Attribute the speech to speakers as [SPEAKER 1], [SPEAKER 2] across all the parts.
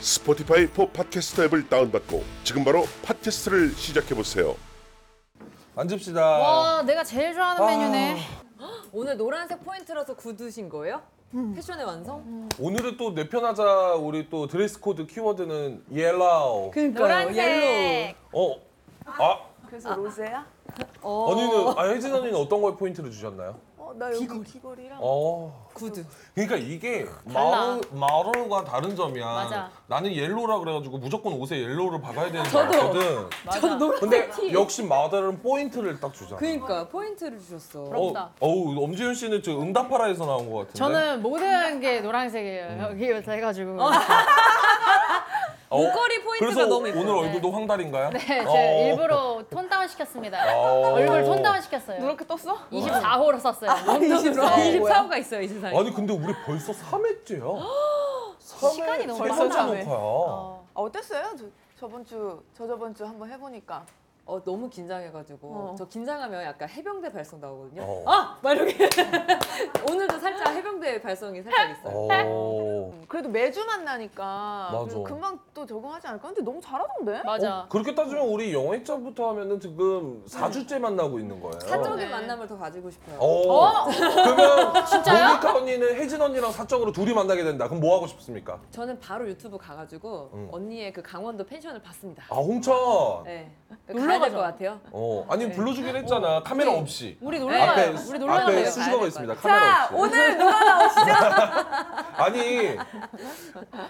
[SPEAKER 1] 스포티파이 포 팟캐스터 앱을 다운받고 지금 바로 팟캐스트를 시작해 보세요.
[SPEAKER 2] 만집시다.
[SPEAKER 3] 어, 와, 아, 내가 제일 좋아하는 메뉴네.
[SPEAKER 4] 오늘 노란색 포인트라서 구두신 거예요?
[SPEAKER 5] 음.
[SPEAKER 4] 패션의 완성?
[SPEAKER 2] 오늘은 또 내 편하자 우리 또 드레스 코드 키워드는 옐로우.
[SPEAKER 3] 그- 노란색.
[SPEAKER 2] 어? 아?
[SPEAKER 5] 그래서 로제야?
[SPEAKER 3] 어.
[SPEAKER 2] 언니는 아 혜진 언니는 어떤 거에 포인트를 주셨나요?
[SPEAKER 5] 어, 나 여기 귀걸이랑
[SPEAKER 2] 어.
[SPEAKER 4] 구두.
[SPEAKER 2] 그러니까 이게
[SPEAKER 3] 달라.
[SPEAKER 2] 마루 마루가 다른 점이야.
[SPEAKER 3] 맞아.
[SPEAKER 2] 나는 옐로우라 그래가지고 무조건 옷에 옐로우를 박아야 되는 줄 알았거든.
[SPEAKER 4] 저도 노란
[SPEAKER 2] 근데 역시 마다는 포인트를 딱 주잖아.
[SPEAKER 4] 그러니까 포인트를 주셨어.
[SPEAKER 2] 어, 어우 엄지윤 씨는 저 응답하라에서 나온 것 같은데.
[SPEAKER 6] 저는 모든 게 노란색이에요.
[SPEAKER 3] 음.
[SPEAKER 6] 여기부터 해가지고.
[SPEAKER 2] 어,
[SPEAKER 4] 목걸이 포인트가
[SPEAKER 2] 그래서
[SPEAKER 4] 너무 예뻐요.
[SPEAKER 2] 오늘 얼굴도 황달인가요?
[SPEAKER 3] 네, 제가
[SPEAKER 2] 어.
[SPEAKER 3] 일부러 톤 다운 시켰습니다.
[SPEAKER 2] 어.
[SPEAKER 3] 얼굴 톤 다운 시켰어요.
[SPEAKER 5] 그렇게 떴어?
[SPEAKER 3] 24호로 썼어요.
[SPEAKER 4] 이 24호가 있어요, 이 세상에.
[SPEAKER 2] 아니 근데 우리 벌써 3회째야.
[SPEAKER 3] 시간이 너무
[SPEAKER 2] 벌써
[SPEAKER 3] 빨라.
[SPEAKER 2] 놓고야.
[SPEAKER 3] 어.
[SPEAKER 5] 아, 어땠어요? 저, 저번 주, 저 저번 주 한번 해보니까.
[SPEAKER 4] 어, 너무 긴장해가지고
[SPEAKER 5] 어.
[SPEAKER 4] 저 긴장하면 약간 해병대 발성 나오거든요.
[SPEAKER 2] 어.
[SPEAKER 4] 아! 막 이렇게 오늘도 살짝 해병대 발성이 살짝 있어요.
[SPEAKER 2] 어.
[SPEAKER 5] 음, 그래도 매주 만나니까
[SPEAKER 2] 맞아.
[SPEAKER 5] 그리고 금방 또 적응하지 않을까? 근데 너무 잘하던데?
[SPEAKER 3] 맞아.
[SPEAKER 2] 그렇게 따지면 우리 영회차부터 하면은 지금 4주째 만나고 있는 거예요.
[SPEAKER 5] 어.
[SPEAKER 4] 사적인
[SPEAKER 3] 네.
[SPEAKER 4] 만남을 더 가지고 싶어요.
[SPEAKER 2] 어. 그러면 모니카 언니는 혜진 언니랑 사적으로 둘이 만나게 된다. 그럼 뭐 하고 싶습니까?
[SPEAKER 4] 저는 바로 유튜브 가가지고
[SPEAKER 2] 음.
[SPEAKER 4] 언니의 그 강원도 펜션을 봤습니다.
[SPEAKER 2] 아 홍천.
[SPEAKER 4] 네. 가야 될것 같아요.
[SPEAKER 2] 어 아니 불러주긴 했잖아. 카메라 없이.
[SPEAKER 3] 우리
[SPEAKER 4] 네.
[SPEAKER 3] 놀러
[SPEAKER 2] 앞에
[SPEAKER 3] 가요. 우리 놀러
[SPEAKER 2] 앞에
[SPEAKER 3] 가요.
[SPEAKER 4] 가야 될
[SPEAKER 2] 수식어가
[SPEAKER 4] 것
[SPEAKER 2] 있습니다.
[SPEAKER 4] 같아요.
[SPEAKER 2] 카메라
[SPEAKER 4] 자,
[SPEAKER 2] 없이.
[SPEAKER 4] 오늘 놀아 나오시죠.
[SPEAKER 2] 아니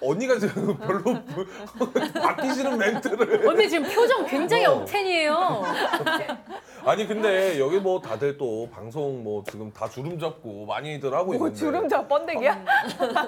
[SPEAKER 2] 언니가 지금 별로 받기 싫은 멘트를
[SPEAKER 3] 언니 지금 표정 굉장히
[SPEAKER 2] 어.
[SPEAKER 3] 억텐이에요.
[SPEAKER 2] 아니 근데 여기 뭐 다들 또 방송 뭐 지금 다 주름 잡고 많이들 하고 있는데
[SPEAKER 5] 주름자
[SPEAKER 2] 어.
[SPEAKER 5] 번데기야?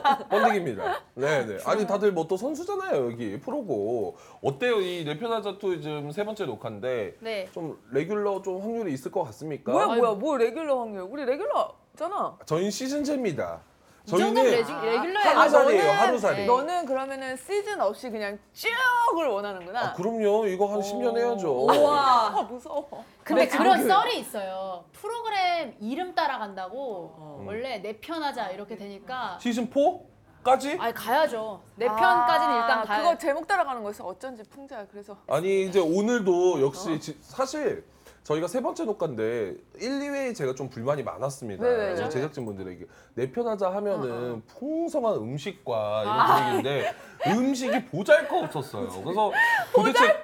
[SPEAKER 2] 번데기입니다 네네 아니 다들 뭐 또 선수잖아요 여기 프로고 어때요 이 내편하자투 지금 세 번째 녹화인데
[SPEAKER 3] 네.
[SPEAKER 2] 좀 레귤러 좀 확률이 있을 것 같습니까?
[SPEAKER 5] 뭐야 뭐야 뭐 레귤러 확률? 우리 레귤러잖아.
[SPEAKER 2] 저희는 시즌제입니다
[SPEAKER 3] 이 정도면
[SPEAKER 2] 저희는
[SPEAKER 3] 레귤, 레귤러예요.
[SPEAKER 4] 아,
[SPEAKER 2] 하루살이에요
[SPEAKER 5] 너는-
[SPEAKER 2] 하루살이
[SPEAKER 3] 네.
[SPEAKER 5] 너는 그러면은 시즌 없이 그냥 쭉을 원하는구나.
[SPEAKER 2] 아, 그럼요 이거 한 10년 해야죠
[SPEAKER 5] 아, 무서워.
[SPEAKER 3] 근데 어. 그런 썰이 있어요. 프로그램 이름 따라간다고 음. 원래 내 편하자 이렇게 되니까
[SPEAKER 2] 시즌 4까지?
[SPEAKER 3] 아 가야죠. 내 편까지는 일단 가야.
[SPEAKER 5] 아, 그거 제목 따라가는 거였어. 어쩐지 풍자야. 그래서
[SPEAKER 2] 아니 이제 오늘도 역시
[SPEAKER 5] 어.
[SPEAKER 2] 지- 사실 저희가 세 번째 녹화인데 1, 2회에 제가 좀 불만이 많았습니다.
[SPEAKER 5] 네, 네,
[SPEAKER 2] 우리
[SPEAKER 5] 네.
[SPEAKER 2] 제작진분들에게 내 편하자
[SPEAKER 5] 어,
[SPEAKER 2] 하면은 풍성한 음식과
[SPEAKER 5] 아.
[SPEAKER 2] 이런 분위기인데 음식이 보잘것없었어요. 그래서 도대체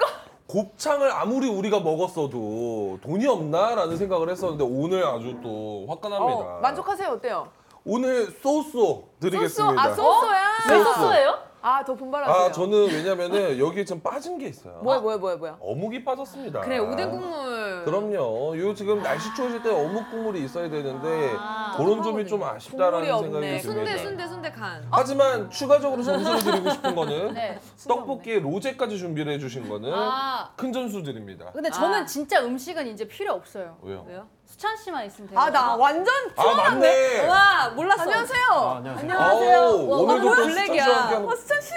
[SPEAKER 2] 곱창을 아무리 우리가 먹었어도 돈이 없나라는 생각을 했었는데 오늘 아주 또 화끈합니다.
[SPEAKER 5] 어, 만족하세요. 어때요?
[SPEAKER 2] 오늘 소스 드리겠습니다.
[SPEAKER 5] 소스? 아, 소스야?
[SPEAKER 3] 왜 썼어요?
[SPEAKER 5] 아, 더 분발하세요.
[SPEAKER 2] 네. 아, 저는 왜냐면은 여기에 좀 빠진 게 있어요.
[SPEAKER 5] 뭐야, 뭐야, 뭐야, 뭐야.
[SPEAKER 2] 어묵이 빠졌습니다.
[SPEAKER 4] 그래 오뎅 국물.
[SPEAKER 2] 아, 그럼요. 요 지금 날씨 추워질 때 어묵 국물이 있어야 되는데
[SPEAKER 3] 아,
[SPEAKER 2] 그런 점이 좀
[SPEAKER 5] 국물이
[SPEAKER 2] 아쉽다라는 생각이
[SPEAKER 5] 없네.
[SPEAKER 2] 듭니다.
[SPEAKER 4] 순대 순대 순대 간.
[SPEAKER 2] 하지만 추가적으로 점수를 드리고 싶은 거는
[SPEAKER 3] 네.
[SPEAKER 2] 떡볶이에 로제까지 준비를 해주신 거는
[SPEAKER 3] 아. 네.
[SPEAKER 2] 큰 점수 드립니다.
[SPEAKER 3] 근데 저는 진짜 음식은 이제 필요 없어요.
[SPEAKER 2] 왜요?
[SPEAKER 4] 왜요?
[SPEAKER 3] 수찬 씨만 있으면 돼요.
[SPEAKER 5] 아, 나 완전
[SPEAKER 2] 아 맞네.
[SPEAKER 4] 와 몰랐어.
[SPEAKER 5] 안녕하세요.
[SPEAKER 2] 아우, 오늘도
[SPEAKER 4] 와, 오늘
[SPEAKER 2] 또
[SPEAKER 4] 블랙이야.
[SPEAKER 2] 스타트와 함께하는-
[SPEAKER 5] 허수찬 씨.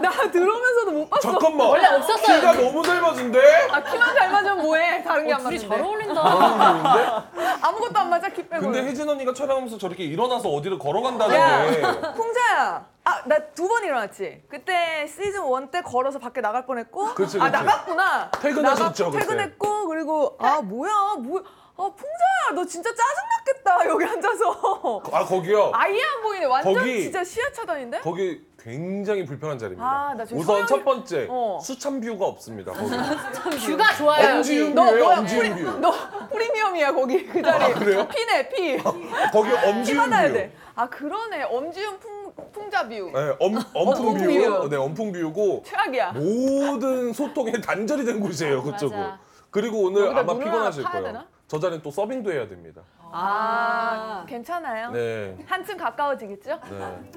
[SPEAKER 4] 나 들어오면서도 못 봤어.
[SPEAKER 2] 잠깐만.
[SPEAKER 3] 원래 없었어요.
[SPEAKER 2] 키가 너무 젊어진데?
[SPEAKER 5] 아, 키만 잘 맞으면 뭐해? 다른 게 안
[SPEAKER 3] 어, 둘이 잘
[SPEAKER 5] 맞는데.
[SPEAKER 3] 어울린다.
[SPEAKER 2] 아,
[SPEAKER 5] 아무것도 안 맞아, 키 빼고.
[SPEAKER 2] 근데 혜진 언니가 촬영하면서 저렇게 일어나서 어디를 걸어간다는 게
[SPEAKER 5] 풍자야. 아, 나 두 번 일어났지. 그때 시즌 원 때 걸어서 밖에 나갈 뻔했고.
[SPEAKER 2] 그치,
[SPEAKER 5] 아,
[SPEAKER 2] 그치.
[SPEAKER 5] 나갔구나.
[SPEAKER 2] 퇴근하셨죠,
[SPEAKER 5] 나가-
[SPEAKER 2] 그때.
[SPEAKER 5] 퇴근했고, 그리고, 아, 뭐야, 뭐야. 아, 풍자야, 너 진짜 짜증났겠다, 여기 앉아서.
[SPEAKER 2] 아 거기요.
[SPEAKER 5] 아예 안 보이네. 완전
[SPEAKER 2] 거기-
[SPEAKER 5] 진짜 시야 차단인데?
[SPEAKER 2] 거기 굉장히 불편한 자리입니다.
[SPEAKER 5] 아, 나 지금
[SPEAKER 2] 우선
[SPEAKER 5] 서영이-
[SPEAKER 2] 첫 번째
[SPEAKER 5] 어.
[SPEAKER 2] 수참 뷰가 없습니다. 거기.
[SPEAKER 3] 뷰가 좋아요. 여기.
[SPEAKER 2] 엄지윤 뷰예요.
[SPEAKER 5] 뭐야,
[SPEAKER 2] 엄지윤 뷰.
[SPEAKER 5] 너 프리미엄이야, 거기. 그 자리.
[SPEAKER 2] 아, 그래요?
[SPEAKER 5] 피네, 피.
[SPEAKER 2] 거기
[SPEAKER 5] 피
[SPEAKER 2] 엄지윤
[SPEAKER 5] 받아야
[SPEAKER 2] 뷰.
[SPEAKER 5] 돼. 아, 그러네. 엄지윤 풍, 풍자 뷰.
[SPEAKER 2] 네, 엄, 엄풍
[SPEAKER 5] 엄풍 뷰.
[SPEAKER 2] 뷰. 네, 엄풍 뷰고
[SPEAKER 5] 최악이야.
[SPEAKER 2] 모든 소통에 단절이 된 곳이에요, 그쪽은.
[SPEAKER 3] 맞아.
[SPEAKER 2] 그리고 오늘
[SPEAKER 5] 여기다
[SPEAKER 2] 아마
[SPEAKER 5] 눈을
[SPEAKER 2] 피곤하실
[SPEAKER 5] 하나 파야
[SPEAKER 2] 거예요.
[SPEAKER 5] 되나?
[SPEAKER 2] 저 자리는 또 서빙도 해야 됩니다.
[SPEAKER 5] 아, 괜찮아요?
[SPEAKER 2] 네.
[SPEAKER 5] 한층 가까워지겠죠?
[SPEAKER 2] 네.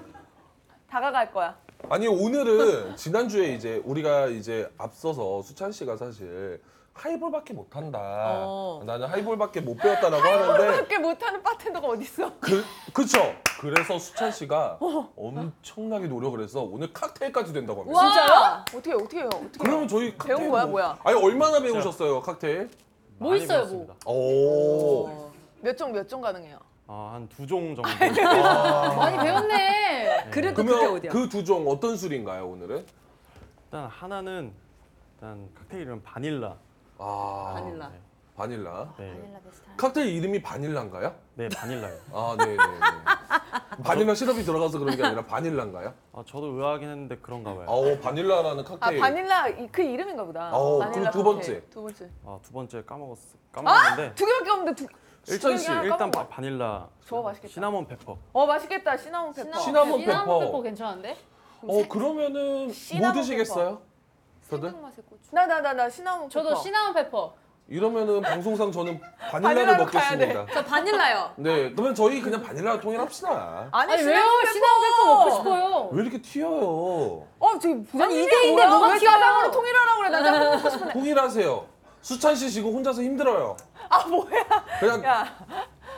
[SPEAKER 5] 다가갈 거야.
[SPEAKER 2] 아니 오늘은 지난주에 이제 우리가 이제 앞서서 수찬 씨가 사실 하이볼밖에 못한다.
[SPEAKER 7] 어.
[SPEAKER 2] 나는 하이볼밖에 못 배웠다라고 하는데
[SPEAKER 7] 그렇게 못하는 바텐더가 어딨어?
[SPEAKER 2] 그 그쵸. 그래서 수찬 씨가
[SPEAKER 7] 어.
[SPEAKER 2] 엄청나게 노력을 해서 오늘 칵테일까지 된다고 합니다.
[SPEAKER 7] 진짜요? 어떻게 어떻게 해요? 어떻게 해요?
[SPEAKER 2] 그러면 저희 칵테일
[SPEAKER 7] 배운 거야,
[SPEAKER 2] 뭐-
[SPEAKER 7] 뭐야?
[SPEAKER 2] 아니 얼마나 배우셨어요 칵테일?
[SPEAKER 3] 뭐 있어요, 뭐?
[SPEAKER 2] 오.
[SPEAKER 7] 어. 몇종몇종 가능해요?
[SPEAKER 8] 아한 두 종 정도.
[SPEAKER 3] 많이 배웠네.
[SPEAKER 7] 그래도 그게
[SPEAKER 2] 그러면
[SPEAKER 7] 어디야?
[SPEAKER 2] 그 두 종 어떤 술인가요 오늘은?
[SPEAKER 8] 일단 하나는 일단 칵테일 이름 바닐라.
[SPEAKER 2] 아
[SPEAKER 7] 바닐라.
[SPEAKER 2] 바닐라.
[SPEAKER 8] 네,
[SPEAKER 2] 칵테일 이름이 바닐라인가요?
[SPEAKER 8] 네 바닐라요.
[SPEAKER 2] 아 네네. 바닐라 시럽이 들어가서 그런 게 아니라 바닐라인가요?
[SPEAKER 8] 아 저도 의아하긴 했는데 그런가 봐요.
[SPEAKER 2] 아오 바닐라라는
[SPEAKER 7] 아
[SPEAKER 2] 칵테일.
[SPEAKER 7] 바닐라 이- 그 이름인가 보다.
[SPEAKER 2] 어,
[SPEAKER 7] 바닐라
[SPEAKER 2] 그리고 두
[SPEAKER 7] 칵테일.
[SPEAKER 2] 번째.
[SPEAKER 7] 두 번째.
[SPEAKER 8] 아 두 번째 까먹었 까먹었는데
[SPEAKER 7] 두 개밖에 없는데 두.
[SPEAKER 8] 일단
[SPEAKER 7] 두 개나
[SPEAKER 8] 일단
[SPEAKER 7] 아! 까먹은
[SPEAKER 8] 바, 바닐라.
[SPEAKER 7] 저거 맛있겠다.
[SPEAKER 8] 시나몬 페퍼.
[SPEAKER 7] 어 맛있겠다 시나몬 페퍼.
[SPEAKER 2] 시나몬
[SPEAKER 3] 시나몬 페퍼
[SPEAKER 2] 페퍼.
[SPEAKER 3] 괜찮은데?
[SPEAKER 2] 어 그러면은 뭐
[SPEAKER 7] 시나몬
[SPEAKER 2] 드시겠어요? 저들?
[SPEAKER 7] 나 나 나 나 시나몬
[SPEAKER 3] 저도
[SPEAKER 7] 페퍼.
[SPEAKER 3] 시나몬 페퍼.
[SPEAKER 2] 이러면은 방송상 저는 바닐라를
[SPEAKER 7] 바닐라로 가야
[SPEAKER 2] 먹겠습니다.
[SPEAKER 7] 저 바닐라요.
[SPEAKER 2] 네 그러면 저희 그냥 바닐라 통일합시다.
[SPEAKER 7] 아니,
[SPEAKER 3] 아니 왜요?
[SPEAKER 7] 시나몬 페퍼.
[SPEAKER 3] 시나몬 페퍼 먹고 싶어요.
[SPEAKER 2] 왜 이렇게 튀어요?
[SPEAKER 7] 어 저기 부장님
[SPEAKER 4] 아니,
[SPEAKER 7] 이게
[SPEAKER 4] 이게
[SPEAKER 7] 뭐야?
[SPEAKER 4] 뭐가
[SPEAKER 7] 왜
[SPEAKER 4] 귀여워?
[SPEAKER 7] 짜장으로 통일하라고 그래 나 짜장 먹고 싶은데.
[SPEAKER 2] 통일하세요. 수찬 씨 지금 혼자서 힘들어요.
[SPEAKER 7] 아 뭐야?
[SPEAKER 2] 그냥
[SPEAKER 7] 야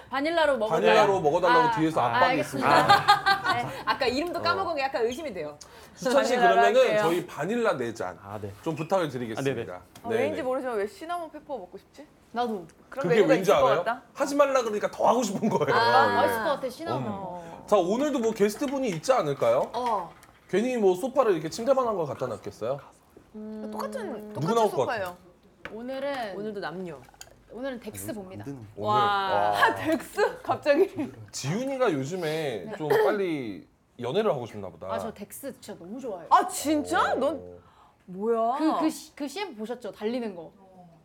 [SPEAKER 3] 바닐라로 먹을까요?
[SPEAKER 2] 바닐라로 먹어달라고
[SPEAKER 3] 아,
[SPEAKER 2] 뒤에서
[SPEAKER 3] 아,
[SPEAKER 2] 압박이
[SPEAKER 3] 알겠습니다.
[SPEAKER 2] 있습니다.
[SPEAKER 7] 아까
[SPEAKER 2] 어.
[SPEAKER 7] 이름도 까먹은 게 약간 의심이 돼요.
[SPEAKER 2] 수찬 씨
[SPEAKER 7] 바닐라로
[SPEAKER 2] 그러면은
[SPEAKER 7] 할게요.
[SPEAKER 2] 저희 바닐라 네 잔 좀
[SPEAKER 8] 아 네.
[SPEAKER 2] 부탁을 드리겠습니다.
[SPEAKER 8] 아,
[SPEAKER 7] 아, 왠지 모르지만 왜 시나몬 페퍼 먹고 싶지?
[SPEAKER 3] 나도.
[SPEAKER 7] 그런
[SPEAKER 2] 네. 그게
[SPEAKER 7] 메뉴가
[SPEAKER 2] 왠지
[SPEAKER 7] 있을 것
[SPEAKER 2] 알아요?
[SPEAKER 7] 같다.
[SPEAKER 2] 하지 말라 그러니까 더 하고 싶은 거예요.
[SPEAKER 3] 아,
[SPEAKER 2] 예.
[SPEAKER 3] 맛있을 것 같아 시나몬.
[SPEAKER 2] 자 오늘도 뭐 게스트 분이 있지 않을까요?
[SPEAKER 7] 어
[SPEAKER 2] 괜히 뭐 소파를 이렇게 침대만 한 걸 갖다 놨겠어요?
[SPEAKER 7] 음. 똑같은
[SPEAKER 2] 누구
[SPEAKER 7] 똑같은
[SPEAKER 2] 나올 것 같아요?
[SPEAKER 7] 소파예요.
[SPEAKER 3] 오늘은 오늘
[SPEAKER 7] 오늘도 남녀.
[SPEAKER 3] 은 덱스 봅니다.
[SPEAKER 2] 오늘
[SPEAKER 7] 와 덱스 갑자기.
[SPEAKER 2] 지윤이가 요즘에 좀 빨리 연애를 하고 싶나 보다.
[SPEAKER 3] 아 저 덱스 진짜 너무 좋아해요.
[SPEAKER 7] 아 진짜? 넌 뭐야?
[SPEAKER 3] 그 그 그 CF 보셨죠? 달리는 거.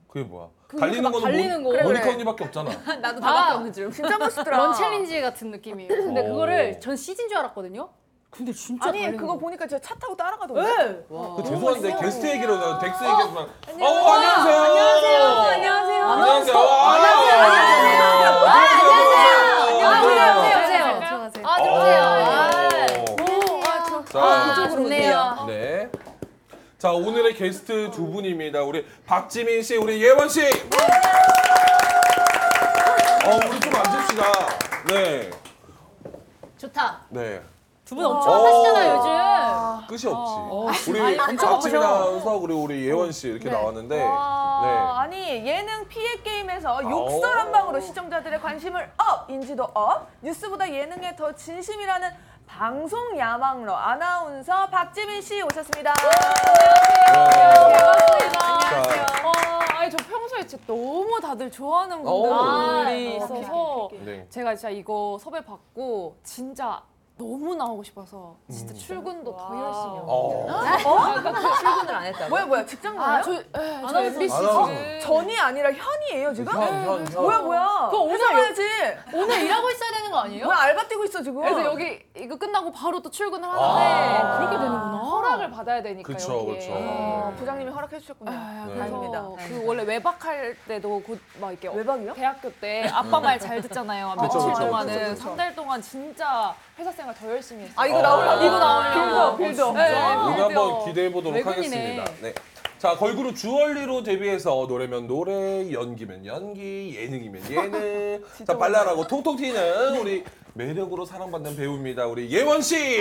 [SPEAKER 2] 그게 뭐야?
[SPEAKER 3] 그
[SPEAKER 2] 달리는
[SPEAKER 3] 막
[SPEAKER 2] 거는
[SPEAKER 3] 달리는
[SPEAKER 2] 모,
[SPEAKER 3] 거. 그래,
[SPEAKER 2] 모니카
[SPEAKER 7] 그래.
[SPEAKER 2] 언니밖에 없잖아.
[SPEAKER 7] 나도
[SPEAKER 3] 다밖에
[SPEAKER 7] 없는 줄. 진짜 멋있더라.
[SPEAKER 3] 런 챌린지 같은 느낌이에요. 근데
[SPEAKER 2] 오.
[SPEAKER 3] 그거를 전 CG인 줄 알았거든요. 근데 진짜
[SPEAKER 7] 아니
[SPEAKER 3] 달리는
[SPEAKER 7] 그거
[SPEAKER 3] 거.
[SPEAKER 7] 보니까 제가 차 타고 따라가던데.
[SPEAKER 2] 그 죄송한데 게스트 얘기로 나 덱스 얘기하지만 어
[SPEAKER 7] 안녕하세요.
[SPEAKER 2] 안녕하세요.
[SPEAKER 7] 안녕하세요.
[SPEAKER 2] 안녕하세요. 안녕하세요. 어, 아, 안녕하세요. 아,
[SPEAKER 3] 들어오세요.
[SPEAKER 6] 들어가세요.
[SPEAKER 3] 아 들어오세요.
[SPEAKER 2] 네.
[SPEAKER 5] 아,
[SPEAKER 2] 자,
[SPEAKER 3] 좋네요.
[SPEAKER 2] 네. 자 오늘의 게스트 두 분입니다. 우리 박지민 씨, 우리 예원 씨. 어 우리 좀 앉읍시다. 네,
[SPEAKER 3] 좋다.
[SPEAKER 2] 네.
[SPEAKER 3] 두
[SPEAKER 4] 어.
[SPEAKER 3] 분 엄청 하시잖아요
[SPEAKER 9] 어.
[SPEAKER 3] 요즘.
[SPEAKER 2] 끝이 없지. 우리 박지민 아나운서 그리고 우리 예원 씨 이렇게 나왔는데.
[SPEAKER 7] 와,
[SPEAKER 2] 네. 아.
[SPEAKER 7] 아니 예능 피해 게임에서 욕설 한 방으로 시청자들의 관심을 업, 인지도 업, 뉴스보다 예능에 더 진심이라는 방송 야망로 아나운서 박지민 씨 오셨습니다.
[SPEAKER 2] 자,
[SPEAKER 6] 어, 아니 저 평소에 진짜 너무 다들 좋아하는
[SPEAKER 2] 어.
[SPEAKER 6] 분들이 있어서
[SPEAKER 2] 네.
[SPEAKER 6] 제가 진짜 이거 섭외 받고 진짜 너무 나오고 싶어서 진짜 출근도 더 열심히 하고
[SPEAKER 2] 음. 어.
[SPEAKER 4] 출근을 안 했다고.
[SPEAKER 7] 뭐야 뭐야 직장 가요?
[SPEAKER 6] 아, 저, 에, 저 MBC
[SPEAKER 2] 아나운서.
[SPEAKER 6] 지금
[SPEAKER 7] 전이 아니라 현이에요 지금?
[SPEAKER 2] 현, 현, 현.
[SPEAKER 7] 뭐야 뭐야?
[SPEAKER 6] 그거 오늘
[SPEAKER 7] 회사
[SPEAKER 6] 여-
[SPEAKER 7] 가야지.
[SPEAKER 3] 오늘 일하고 있어야 되는 거 아니에요?
[SPEAKER 7] 뭐야 알바 뛰고 있어 지금?
[SPEAKER 6] 그래서 여기 이거 끝나고 바로 또 출근을 하는데
[SPEAKER 2] 아.
[SPEAKER 6] 그렇게 되는구나. 허락을 받아야 되니까
[SPEAKER 2] 그쵸,
[SPEAKER 6] 여기에.
[SPEAKER 2] 그쵸.
[SPEAKER 7] 어, 부장님이 허락해 주셨군요.
[SPEAKER 6] 아,
[SPEAKER 2] 네.
[SPEAKER 7] 다행입니다.
[SPEAKER 6] 그래서 그 원래 외박할 때도 곧 막 이렇게
[SPEAKER 7] 외박이요? 네.
[SPEAKER 6] 대학교 때 아빠 말 잘 듣잖아요. 며칠
[SPEAKER 2] 그쵸, 그쵸, 그쵸,
[SPEAKER 6] 동안은
[SPEAKER 2] 그쵸.
[SPEAKER 6] 삼 달 동안 진짜 회사 생활 더 열심히 했어요.
[SPEAKER 7] 아 이거
[SPEAKER 2] 어.
[SPEAKER 7] 나오려고 아,
[SPEAKER 2] 이거
[SPEAKER 6] 나오려고.
[SPEAKER 7] 빌더 빌더.
[SPEAKER 6] 네,
[SPEAKER 2] 오늘
[SPEAKER 6] 그래요.
[SPEAKER 2] 한번 기대해 보도록
[SPEAKER 6] 외국인이네.
[SPEAKER 2] 하겠습니다. 네. 자 걸그룹 주얼리로 데뷔해서 노래면 노래, 연기면 연기, 예능이면 예능. 자 발랄하고 통통 튀는 우리 매력으로 사랑받는 배우입니다. 우리 예원 씨.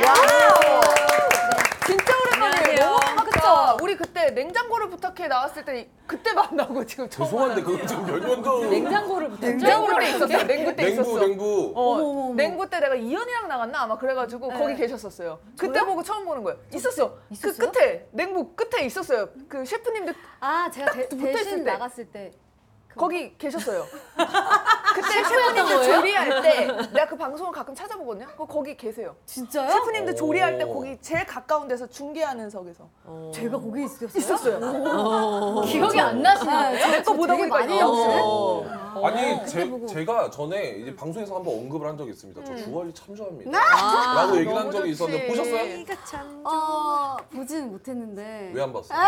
[SPEAKER 7] 진짜 오랜만이에요. 너무 반갑다. 우리 그때 냉장고를 부탁해 나왔을 때 그때 만나고 지금 처음
[SPEAKER 2] 죄송한데 그거 지금 몇 년도 냉구
[SPEAKER 7] 만나요. 냉장고 때 있었어. 냉구 때 있었어.
[SPEAKER 2] 냉구.
[SPEAKER 7] 어, 냉구 때 내가 이현이랑 나갔나 아마 그래가지고 거기 계셨었어요. 그때 보고 처음 보는 거예요. 네. 있었어. 그 끝에 냉부 끝에 있었어요. 그 셰프님들
[SPEAKER 9] 아 제가 대,
[SPEAKER 7] 붙어있을
[SPEAKER 9] 대신
[SPEAKER 7] 때.
[SPEAKER 9] 나갔을 때
[SPEAKER 7] 거기 계셨어요. 그때 셰프님들 조리할 때 내가 그 방송을 가끔 찾아보거든요. 그거 거기 계세요.
[SPEAKER 9] 진짜요?
[SPEAKER 7] 셰프님들 조리할 때
[SPEAKER 2] 오.
[SPEAKER 7] 거기 제일 가까운 데서 중계하는 석에서
[SPEAKER 9] 제가 거기 있었어요?
[SPEAKER 7] 어?
[SPEAKER 9] 네,
[SPEAKER 7] 있었어요.
[SPEAKER 3] 기억이 안 나시나요?
[SPEAKER 7] 그거 보다 보니까
[SPEAKER 9] 많이
[SPEAKER 7] 있더라고요.
[SPEAKER 9] 나오시네.
[SPEAKER 2] 어.
[SPEAKER 6] 어.
[SPEAKER 2] 아니 제,
[SPEAKER 9] 보고.
[SPEAKER 2] 제가 전에 이제 방송에서 한번 언급을 한 적이 있습니다. 저 주얼리 참 좋아합니다. 라고 얘기를 한
[SPEAKER 7] 너무
[SPEAKER 2] 적이 있었는데
[SPEAKER 7] 좋지.
[SPEAKER 2] 보셨어요?
[SPEAKER 9] 어 보진 못했는데
[SPEAKER 2] 왜 안 봤어요?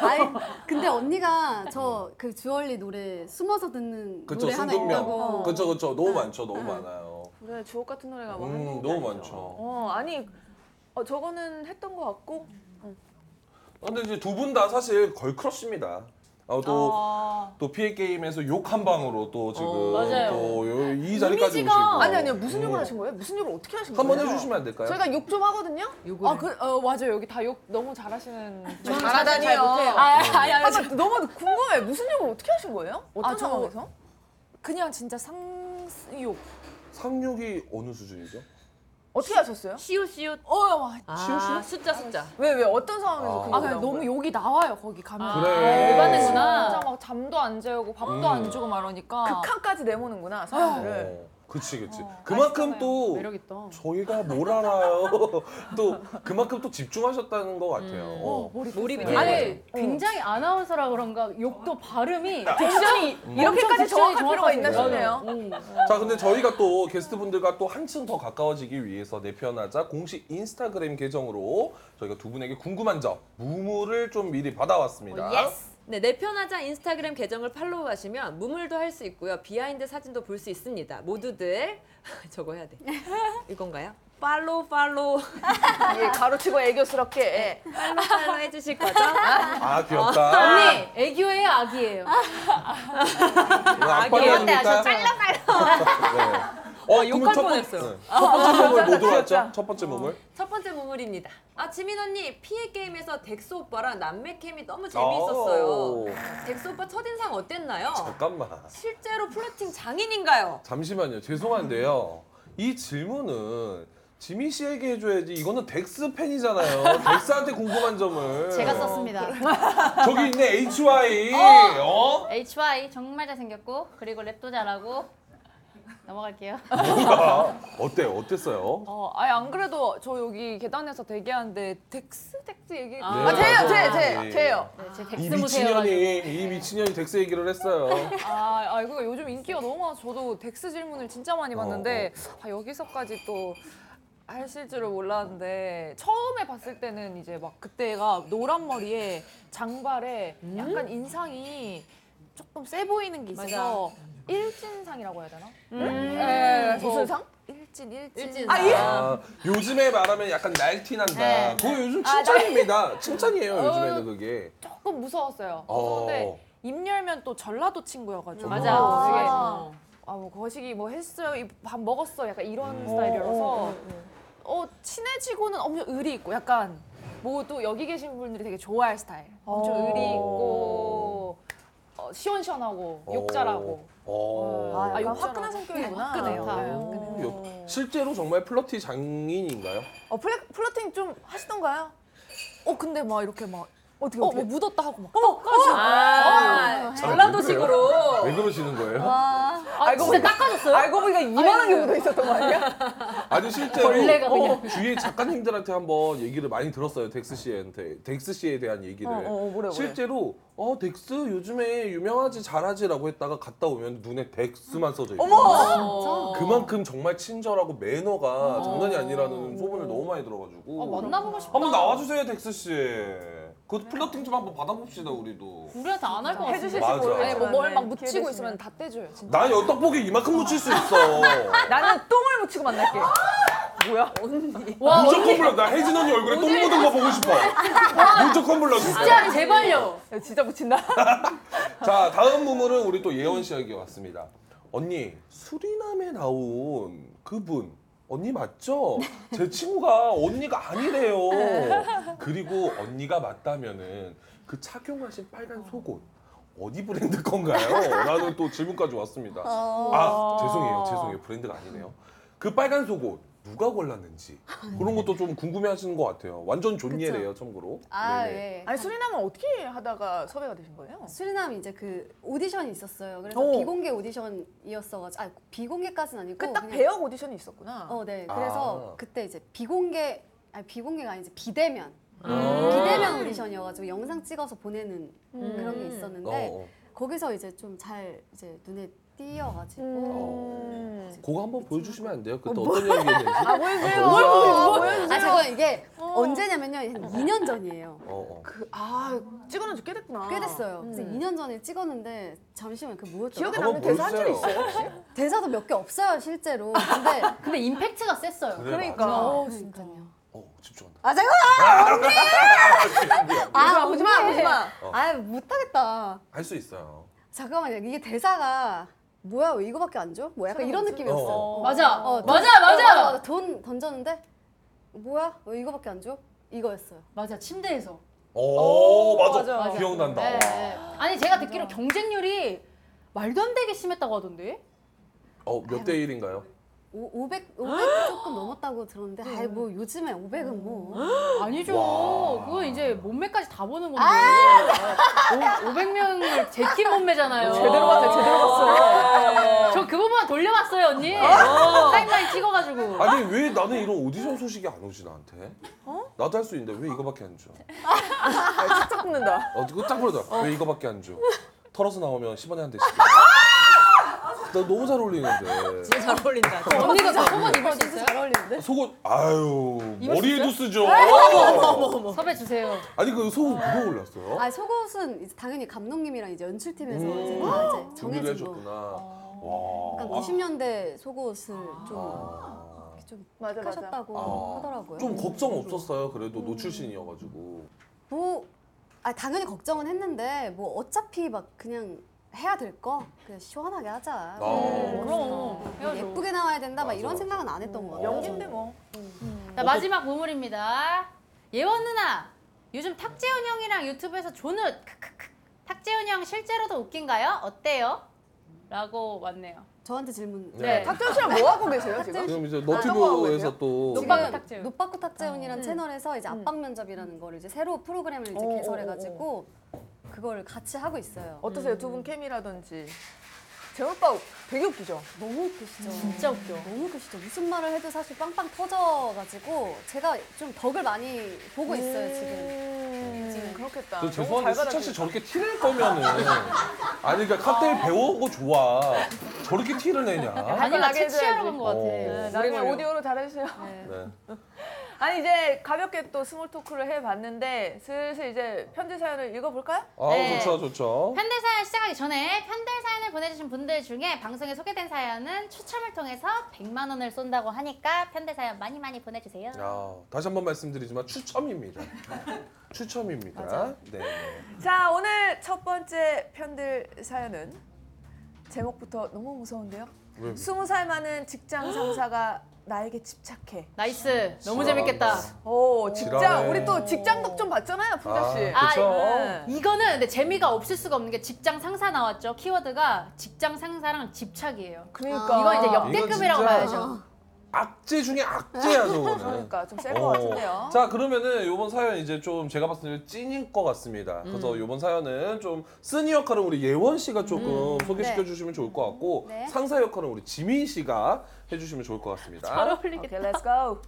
[SPEAKER 9] 아니 근데 언니가 저 그 주얼리 노래 숨어서 듣는
[SPEAKER 2] 그쵸
[SPEAKER 9] 노래 하나 있다고
[SPEAKER 2] 순둥명. 그쵸 그쵸 너무 많죠 너무 많아요.
[SPEAKER 7] 그래 주옥 같은 노래가
[SPEAKER 2] 음, 너무 많죠.
[SPEAKER 7] 어 아니 어, 어, 저거는 했던 것 같고
[SPEAKER 2] 아, 근데 이제 두 분 다 사실 걸크러쉬입니다. 아, 또, 또 피해 게임에서 욕 한 방으로 또 지금
[SPEAKER 3] 맞아요.
[SPEAKER 2] 또 요- 이 자리까지
[SPEAKER 3] 이미지가-
[SPEAKER 2] 오시고.
[SPEAKER 7] 아니 아니요 무슨 욕을
[SPEAKER 2] 음.
[SPEAKER 7] 하신 거예요? 무슨 욕을 어떻게 하신 거예요?
[SPEAKER 2] 한번 해주시면 안 될까요?
[SPEAKER 7] 저희가 욕 좀 하거든요.
[SPEAKER 6] 아, 그, 어, 맞아요. 여기 다 욕 너무 잘하시는.
[SPEAKER 7] 잘하다니요.
[SPEAKER 6] 아,
[SPEAKER 9] 네.
[SPEAKER 6] 아니, 아니.
[SPEAKER 7] 아, 나 너무 궁금해. 무슨 욕을 어떻게 하신 거예요? 어떤
[SPEAKER 6] 아, 저-
[SPEAKER 7] 상황에서?
[SPEAKER 6] 그냥 진짜 상욕.
[SPEAKER 2] 상륙이 어느 수준이죠?
[SPEAKER 7] 어떻게 하셨어요?
[SPEAKER 3] 시우 시우
[SPEAKER 6] 어, 와.
[SPEAKER 10] 아, 숫자 숫자.
[SPEAKER 7] 왜, 왜, 어떤 상황에서
[SPEAKER 2] 아.
[SPEAKER 7] 그게
[SPEAKER 6] 아, 그냥
[SPEAKER 7] 나온
[SPEAKER 6] 너무
[SPEAKER 7] 거예요?
[SPEAKER 6] 욕이 아. 나와요, 거기
[SPEAKER 7] 아,
[SPEAKER 6] 가면.
[SPEAKER 2] 그래.
[SPEAKER 3] 열받는구나.
[SPEAKER 6] 진짜 막 잠도 안 재우고 밥도
[SPEAKER 2] 음.
[SPEAKER 6] 안 주고 말하니까.
[SPEAKER 7] 극한까지 내모는구나, 사람들을.
[SPEAKER 2] 어, 그치 그치. 그만큼 또
[SPEAKER 3] 네. 매력 있다.
[SPEAKER 2] 저희가 뭘 알아요. 또 그만큼 또 집중하셨다는 것 같아요.
[SPEAKER 4] 음.
[SPEAKER 2] 어.
[SPEAKER 10] 몰입이
[SPEAKER 2] 네.
[SPEAKER 10] 되네.
[SPEAKER 3] 아니 굉장히 아나운서라 그런가 욕도 발음이
[SPEAKER 9] 아,
[SPEAKER 3] 굉장히
[SPEAKER 7] 이렇게까지
[SPEAKER 3] 엄청
[SPEAKER 7] 정확할
[SPEAKER 3] 정확하세요. 음.
[SPEAKER 7] 필요가 있나 싶네요.
[SPEAKER 2] 자, 근데 저희가 또 게스트분들과 또 한층 더 가까워지기 위해서 내편하자 공식 인스타그램 계정으로 저희가 두 분에게 궁금한 점 무무를 좀 미리 받아왔습니다.
[SPEAKER 4] 네, 내편하자 인스타그램 계정을 팔로우하시면 무물도 할 수 있고요. 비하인드 사진도 볼 수 있습니다. 모두들 저거 해야 돼. 이건가요? 팔로우 팔로우
[SPEAKER 7] 예, 가로치고 애교스럽게.
[SPEAKER 6] 네.
[SPEAKER 7] 예.
[SPEAKER 4] 팔로우 팔로우 해주실 거죠?
[SPEAKER 2] 아 귀엽다.
[SPEAKER 3] 언니 애교예요 아기예요.
[SPEAKER 2] 이거 악바리 아닙니까? 네. 어,
[SPEAKER 4] 아, 욕할
[SPEAKER 2] 번-
[SPEAKER 4] 뻔했어요.
[SPEAKER 2] 네.
[SPEAKER 4] 아,
[SPEAKER 2] 첫 번째 몸을 못 들어왔죠? 첫
[SPEAKER 4] 음,
[SPEAKER 2] 번째 몸을.
[SPEAKER 4] 첫 번째 무물입니다. 아 지민 언니 피해 게임에서 덱스 오빠랑 남매 캠이 너무 재미있었어요.
[SPEAKER 2] 오,
[SPEAKER 4] 덱스 오빠 첫인상 어땠나요?
[SPEAKER 2] 잠깐만.
[SPEAKER 4] 실제로 플러팅 장인인가요?
[SPEAKER 2] 잠시만요. 죄송한데요. 이 질문은 지미 씨에게 해줘야지. 이거는 덱스 팬이잖아요. 덱스한테 궁금한 점을.
[SPEAKER 3] 제가 썼습니다.
[SPEAKER 2] 저기 있네 HY. 어?
[SPEAKER 3] HY 정말 잘생겼고 그리고 랩도 잘하고 넘어갈게요.
[SPEAKER 2] 뭐야? 어때요? 어땠어요?
[SPEAKER 6] 어, 아니 안 그래도 저 여기 계단에서 대기하는데 덱스 덱스 얘기.
[SPEAKER 2] 네,
[SPEAKER 7] 아, 돼요,
[SPEAKER 2] 맞아요.
[SPEAKER 7] 돼, 돼,
[SPEAKER 2] 예.
[SPEAKER 7] 돼요.
[SPEAKER 3] 네, 제
[SPEAKER 2] 이
[SPEAKER 3] 덱스 무세요.
[SPEAKER 2] 미친년이 이 미친년이 덱스 얘기를 했어요.
[SPEAKER 6] 아, 아 이거 요즘 인기가 너무 많아서 저도 덱스 질문을 진짜 많이
[SPEAKER 2] 어,
[SPEAKER 6] 받는데 아, 여기서까지 또 하실 줄을 몰랐는데 처음에 봤을 때는 이제 막 그때가 노란 머리에 장발에
[SPEAKER 7] 음?
[SPEAKER 6] 약간 인상이 조금 세 보이는 게 있어서 일진상이라고 해야 되나? 네, 그래서
[SPEAKER 7] 음. 무슨 상?
[SPEAKER 6] 일진 일진.
[SPEAKER 4] 일진.
[SPEAKER 6] 아, 예.
[SPEAKER 2] 아, 요즘에 말하면 약간 날티난다.
[SPEAKER 3] 네.
[SPEAKER 2] 그거 요즘 칭찬입니다. 칭찬이에요 요즘에는 그게.
[SPEAKER 6] 조금 무서웠어요.
[SPEAKER 2] 어.
[SPEAKER 6] 무서운데 입 열면 또 전라도 친구여가지고
[SPEAKER 7] 음.
[SPEAKER 6] 어,
[SPEAKER 3] 맞아.
[SPEAKER 6] 되게
[SPEAKER 3] 아.
[SPEAKER 6] 아 뭐 거식이 뭐 했어요 이 밥 먹었어 약간 이런
[SPEAKER 7] 음. 어,
[SPEAKER 6] 스타일이라서 어 친해지고는 엄청 의리 있고 약간 뭐 또 여기 계신 분들이 되게 좋아할 스타일 엄청
[SPEAKER 7] 어.
[SPEAKER 6] 의리 있고 어, 시원시원하고 욕 잘하고
[SPEAKER 2] 어.
[SPEAKER 7] 아, 약간
[SPEAKER 6] 욕
[SPEAKER 7] 화끈한
[SPEAKER 6] 잘하고. 네,
[SPEAKER 7] 성격이구나.
[SPEAKER 6] 화끈해요
[SPEAKER 3] 어.
[SPEAKER 2] 요- 실제로 정말 플러티 장인인가요?
[SPEAKER 7] 어, 플래, 플러팅 좀 하시던가요?
[SPEAKER 6] 어 근데 막 이렇게 막
[SPEAKER 7] 어떻게,
[SPEAKER 6] 어,
[SPEAKER 7] 어떻게?
[SPEAKER 6] 뭐 묻었다 하고 막
[SPEAKER 4] 아, 전라도식으로.
[SPEAKER 2] 왜 그러시는 거예요?
[SPEAKER 6] 알고 보니 닦아줬어요? 알고 보니까 이만한 게 묻어 있었던 거 아니야?
[SPEAKER 2] 아니 실제로
[SPEAKER 3] 벌레가 그냥.
[SPEAKER 2] 어, 주위 작가님들한테 한번 얘기를 많이 들었어요 덱스 씨한테 덱스 씨에 대한 얘기를
[SPEAKER 7] 어,
[SPEAKER 6] 어,
[SPEAKER 7] 뭐래, 뭐래.
[SPEAKER 2] 실제로 어 덱스 요즘에 유명하지 잘하지라고 했다가 갔다 오면 눈에 덱스만 써져 있고 어. 그만큼 정말 친절하고 매너가 장난이 아니라는 소문을 너무 많이 들어가지고
[SPEAKER 3] 어, 만나보고 싶다.
[SPEAKER 2] 한번 나와주세요 덱스 씨 그 플러팅 좀 한번 받아봅시다 우리도
[SPEAKER 3] 우리한테 안 할 것 같은데.
[SPEAKER 7] 해주실지
[SPEAKER 2] 맞아.
[SPEAKER 6] 아니
[SPEAKER 7] 모르겠는데.
[SPEAKER 6] 뭐 뭘
[SPEAKER 9] 네,
[SPEAKER 6] 막
[SPEAKER 7] 기회
[SPEAKER 6] 묻히고
[SPEAKER 7] 되시면.
[SPEAKER 6] 있으면 다 떼줘요 진짜
[SPEAKER 2] 나 여떡볶이 이만큼 묻힐 수 있어
[SPEAKER 7] 나는 똥을 묻히고 만날게.
[SPEAKER 2] 무조건 불러. 나 혜진 언니 얼굴에 똥 묻은 거 보고 싶어. 무조건 불러. 진짜.
[SPEAKER 3] 진짜 제발요.
[SPEAKER 7] 야, 진짜 묻힌다.
[SPEAKER 2] 자, 다음 무물은 우리 또 예원 씨에게 왔습니다. 언니, 수리남에 나온 그분. 언니 맞죠? 제 친구가 언니가 아니래요.
[SPEAKER 9] 네.
[SPEAKER 2] 그리고 언니가 맞다면은 그 착용하신 빨간 속옷 어디 브랜드 건가요? 라는 또 질문까지 왔습니다.
[SPEAKER 9] 어.
[SPEAKER 2] 아 죄송해요 죄송해요 브랜드가 아니네요. 그 빨간 속옷 누가 골랐는지 그런 것도 좀 궁금해하시는 것 같아요. 완전 존예래요 참고로.
[SPEAKER 9] 아
[SPEAKER 2] 네네.
[SPEAKER 9] 예.
[SPEAKER 7] 아니, 수리남은 어떻게 하다가 섭외가 되신 거예요?
[SPEAKER 9] 수리남 이제 그 오디션이 있었어요. 그래서
[SPEAKER 7] 오.
[SPEAKER 9] 비공개 오디션이었어가지고 아 비공개까지는 아니고
[SPEAKER 7] 그 딱
[SPEAKER 9] 그냥-
[SPEAKER 7] 배역 오디션이 있었구나.
[SPEAKER 9] 어, 네. 그래서
[SPEAKER 2] 아.
[SPEAKER 9] 그때 이제 비공개 아니 비공개가 아니지 비대면
[SPEAKER 2] 아.
[SPEAKER 9] 비대면 오디션이어가지고 영상 찍어서 보내는
[SPEAKER 7] 음.
[SPEAKER 9] 그런 게 있었는데
[SPEAKER 2] 어, 어.
[SPEAKER 9] 거기서 이제 좀 잘 이제 눈에 띄어가지고
[SPEAKER 7] 음.
[SPEAKER 2] 그거 한번 보여주시면 안 돼요? 그때 어떤 얘기했는지.
[SPEAKER 7] 아, 보여주세요.
[SPEAKER 2] 아, 보여주세요.
[SPEAKER 9] 아 제가 이게
[SPEAKER 7] 어.
[SPEAKER 9] 언제냐면요 한 2년 전이에요.
[SPEAKER 2] 어, 어.
[SPEAKER 7] 그, 아, 찍어놓은 지꽤 됐구나.
[SPEAKER 9] 꽤 됐어요. 그래서 2년 전에 찍었는데 잠시만 그 뭐였더라?
[SPEAKER 7] 기억에
[SPEAKER 2] 한번
[SPEAKER 7] 남는 대사 한 줄
[SPEAKER 2] 보여주세요.
[SPEAKER 7] 있어요, 혹시?
[SPEAKER 9] 대사도 몇 개 없어요 실제로. 근데
[SPEAKER 3] 근데 임팩트가 셌어요.
[SPEAKER 2] 그래,
[SPEAKER 7] 그러니까.
[SPEAKER 2] 맞아.
[SPEAKER 9] 그러니까요.
[SPEAKER 2] 어, 집중한다.
[SPEAKER 9] 아 잠깐만 언니. 아
[SPEAKER 7] 보지 마, 보지 마.
[SPEAKER 2] 어.
[SPEAKER 9] 아 못하겠다.
[SPEAKER 2] 할 수 있어요.
[SPEAKER 9] 잠깐만요. 이게 대사가 뭐야 왜 이거밖에 안 줘? 뭐 약간 이런 느낌이었어.
[SPEAKER 2] 어.
[SPEAKER 3] 맞아.
[SPEAKER 9] 어, 돈-
[SPEAKER 3] 맞아,
[SPEAKER 9] 어,
[SPEAKER 3] 맞아.
[SPEAKER 9] 맞아. 돈 던졌는데 뭐야 왜 이거밖에 안 줘? 이거였어요.
[SPEAKER 3] 맞아, 침대에서.
[SPEAKER 2] 오, 맞아.
[SPEAKER 3] 맞아.
[SPEAKER 2] 기억난다.
[SPEAKER 3] 네, 네. 아니, 제가 듣기로 경쟁률이 말도 안 되게 심했다고 하던데?
[SPEAKER 2] 어, 몇 대 1인가요?
[SPEAKER 9] 오, 500 500 조금 넘었다고 들었는데 아이 뭐 요즘에 500은 뭐.
[SPEAKER 3] 아니죠.
[SPEAKER 2] 와.
[SPEAKER 3] 그건 이제 몸매까지 다 보는 건데. 500명을 제 팀 몸매잖아요. 네.
[SPEAKER 6] 제대로 봤네, 제대로 네. 봤어.
[SPEAKER 3] 저그 부분만 돌려봤어요, 언니.
[SPEAKER 6] 아.
[SPEAKER 3] 사인라인 찍어가지고.
[SPEAKER 2] 아니, 왜 나는 이런 오디션 소식이 안 오지, 나한테? 나도 할 수 있는데 왜 이거밖에 안 줘?
[SPEAKER 6] 착착 붙는다.
[SPEAKER 2] 어, 그거 딱 그러더라. 왜 이거밖에 안 줘? 털어서 나오면 10원에 한 대씩. 나 너무 잘 어울리는데.
[SPEAKER 4] 진짜 잘 어울린다.
[SPEAKER 3] 언니가 저 속옷
[SPEAKER 6] 아,
[SPEAKER 3] 입을 수 그러니까 있어요?
[SPEAKER 2] 속옷, 아유, 머리에도 쓰죠.
[SPEAKER 3] 섭외 주세요.
[SPEAKER 2] 아니, 그 속옷 누가 올랐어요?
[SPEAKER 9] 아 속옷은 이제 당연히 감독님이랑 이제 연출팀에서 이제 다 이제
[SPEAKER 2] 음. 아, 준비를
[SPEAKER 9] 정해진 거.
[SPEAKER 2] 해줬구나.
[SPEAKER 9] 그러니까
[SPEAKER 2] 아. 와.
[SPEAKER 9] 약간 90년대 속옷을 좀
[SPEAKER 2] 아.
[SPEAKER 9] 좀
[SPEAKER 7] 맞아, 맞아.
[SPEAKER 9] 하셨다고
[SPEAKER 2] 아.
[SPEAKER 9] 하더라고요.
[SPEAKER 2] 좀 걱정 없었어요. 그래도 노출신이어가지고.
[SPEAKER 9] 뭐, 아 당연히 걱정은 했는데 뭐 어차피 막 그냥 해야 될 거 그냥 시원하게 하자.
[SPEAKER 3] 음,
[SPEAKER 2] 아.
[SPEAKER 3] 그럼.
[SPEAKER 9] 뭐 예쁘게 나와야 된다 막
[SPEAKER 2] 맞아,
[SPEAKER 9] 이런
[SPEAKER 2] 맞아.
[SPEAKER 9] 생각은 안 했던 것 같아요.
[SPEAKER 7] 연기인데 뭐.
[SPEAKER 3] 자, 마지막 보물입니다. 예원 누나, 요즘 탁재훈 형이랑 유튜브에서 존웃. 크크크. 탁재훈 형 실제로도 웃긴가요? 어때요? 라고 왔네요.
[SPEAKER 9] 저한테 질문.
[SPEAKER 3] 네.
[SPEAKER 7] 박정 씨랑 뭐 하고 계세요 지금?
[SPEAKER 2] 그럼 이제
[SPEAKER 7] 아,
[SPEAKER 2] 너튜브에서 또
[SPEAKER 3] 노박이 탁재훈.
[SPEAKER 9] 노빠꾸 탁재훈이란 채널에서 이제 압박 면접이라는 거를 이제 새로 프로그램을 이제
[SPEAKER 7] 어,
[SPEAKER 9] 개설해가지고 그거를 같이 하고 있어요.
[SPEAKER 7] 어떠세요 두 분 케미라든지? 재훈 오빠 되게 웃기죠?
[SPEAKER 9] 너무 웃기시죠?
[SPEAKER 3] 진짜 웃겨.
[SPEAKER 9] 너무 웃기시죠? 무슨 말을 해도 사실 빵빵 터져가지고 제가 좀 덕을 많이 보고
[SPEAKER 7] 네,
[SPEAKER 9] 있어요 지금.
[SPEAKER 7] 음,
[SPEAKER 2] 저
[SPEAKER 7] 그렇겠다. 너무
[SPEAKER 2] 죄송한데
[SPEAKER 7] 잘
[SPEAKER 2] 수찬 씨
[SPEAKER 7] 받아주셨다.
[SPEAKER 2] 저렇게 티낼 거면은 아니 그러니까 칵테일 배우고 좋아 저렇게 티를 내냐
[SPEAKER 3] 아니, 나
[SPEAKER 7] 나게
[SPEAKER 3] 채취하러
[SPEAKER 7] 해줘야지.
[SPEAKER 3] 간 것 같아.
[SPEAKER 2] 어.
[SPEAKER 7] 네, 나중에
[SPEAKER 3] 오래 걸려.
[SPEAKER 7] 오디오로 잘해주세요.
[SPEAKER 2] 네.
[SPEAKER 7] 아니 이제 가볍게 또 스몰 토크를 해봤는데 슬슬 이제 편지 사연을 읽어볼까요?
[SPEAKER 2] 아
[SPEAKER 3] 네.
[SPEAKER 2] 좋죠 좋죠
[SPEAKER 3] 편들 사연 시작하기 전에 편들 사연을 보내주신 분들 중에 방송에 소개된 사연은 추첨을 통해서 100만 원을 쏜다고 하니까 편들 사연 많이 많이 보내주세요.
[SPEAKER 2] 야, 아, 다시 한 번 말씀드리지만 추첨입니다 추첨입니다 네, 네.
[SPEAKER 7] 자 오늘 첫 번째 편들 사연은 제목부터 너무 무서운데요.
[SPEAKER 2] 왜?
[SPEAKER 7] 스무 살 많은 직장 상사가 나에게 집착해.
[SPEAKER 3] 나이스. 너무
[SPEAKER 2] 지랄한다.
[SPEAKER 3] 재밌겠다.
[SPEAKER 7] 오 직장
[SPEAKER 2] 지랄해.
[SPEAKER 7] 우리 또 직장 덕 좀 봤잖아요
[SPEAKER 2] 네. 아
[SPEAKER 7] 풍자 씨.
[SPEAKER 2] 그렇죠
[SPEAKER 7] 네.
[SPEAKER 3] 이거는 근데 재미가 없을 수가 없는 게 직장 상사 나왔죠. 키워드가 직장 상사랑 집착이에요.
[SPEAKER 7] 그러니까
[SPEAKER 3] 이건
[SPEAKER 6] 아.
[SPEAKER 3] 이제
[SPEAKER 2] 이건
[SPEAKER 3] 역대급이라고
[SPEAKER 2] 진짜- 아.
[SPEAKER 3] 봐야죠.
[SPEAKER 2] 악재 중에 악재야 저거는 어.
[SPEAKER 7] 그러니까 좀 셀 것 같은데요.
[SPEAKER 2] 자 그러면은 요번 사연 이제 좀 제가 봤을 때 찐인 것 같습니다. 그래서 요번 사연은 좀 쓰니 역할은 우리 예원 씨가 조금 소개시켜 주시면 좋을 것 같고
[SPEAKER 9] 네.
[SPEAKER 2] 상사 역할은 우리 지민 씨가 해주시면 좋을 것 같습니다.
[SPEAKER 7] 오케이 렛츠 고.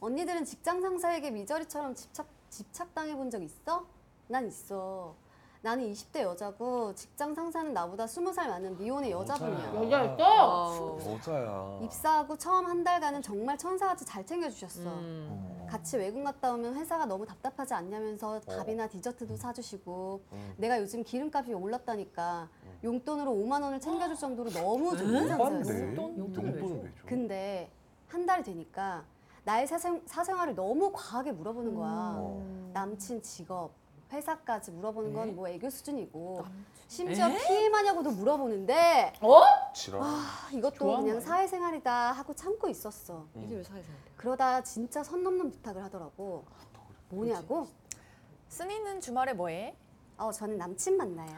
[SPEAKER 9] 언니들은 직장 상사에게 미저리처럼 집착 집착당해 본 적 있어? 난 있어. 나는 20대 여자고 직장 상사는 나보다 20살 많은 미혼의 여자분이야.
[SPEAKER 3] 여자였어?
[SPEAKER 2] 여자야.
[SPEAKER 9] 입사하고 처음 한 달간은 정말 천사같이 잘 챙겨주셨어.
[SPEAKER 4] 음.
[SPEAKER 9] 같이 외국 갔다 오면 회사가 너무 답답하지
[SPEAKER 2] 어.
[SPEAKER 9] 않냐면서 밥이나 디저트도 사주시고
[SPEAKER 2] 음.
[SPEAKER 9] 내가 요즘 기름값이 올랐다니까 용돈으로 5만 원을 챙겨줄 정도로 너무 좋은 상사였어.
[SPEAKER 2] 음. 오빠인데 용돈을 왜 줘?
[SPEAKER 9] 근데 한 달이 되니까 나의 사생, 사생활을 너무 과하게 물어보는 거야.
[SPEAKER 2] 어.
[SPEAKER 9] 남친 직업, 회사까지 물어보는 건 뭐 애교 수준이고 심지어 피임하냐고도 물어보는데
[SPEAKER 2] 지랄.
[SPEAKER 9] 아, 이것도 그냥 사회생활이다 하고 참고 있었어.
[SPEAKER 4] 이게 왜 사회생활?
[SPEAKER 9] 그러다 진짜 선 넘는 부탁을 아, 하더라고. 뭐냐고?
[SPEAKER 7] 스니는 주말에 뭐해?
[SPEAKER 9] 어, 저는 남친 만나요.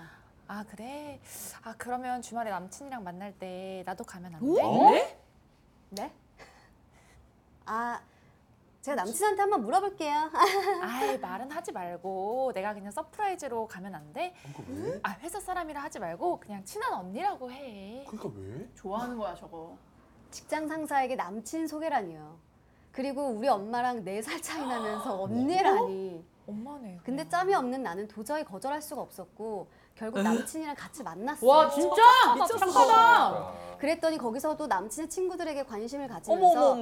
[SPEAKER 7] 아 그래? 아 그러면 주말에 남친이랑 만날 때 나도 가면 안 돼?
[SPEAKER 2] 어?
[SPEAKER 9] 네? 아, 제가 남친한테 한번 물어볼게요.
[SPEAKER 7] 아이 말은 하지 말고 내가 그냥 서프라이즈로 가면 안 돼?
[SPEAKER 2] 왜?
[SPEAKER 7] 아 회사 사람이라 하지 말고 그냥 친한 언니라고 해.
[SPEAKER 2] 그러니까 왜?
[SPEAKER 3] 좋아하는 거야, 저거.
[SPEAKER 9] 직장 상사에게 남친 소개라니요. 그리고 우리 엄마랑 네 살 차이 나면서 언니라니.
[SPEAKER 4] 어?
[SPEAKER 7] 엄마네.
[SPEAKER 9] 근데 짬이 없는 나는 도저히 거절할 수가 없었고 결국 남친이랑 같이 만났어.
[SPEAKER 3] 와, 진짜? 미쳤다.
[SPEAKER 2] 아,
[SPEAKER 9] 그랬더니 거기서도 남친의 친구들에게 관심을
[SPEAKER 7] 어머 어머
[SPEAKER 9] 가지면서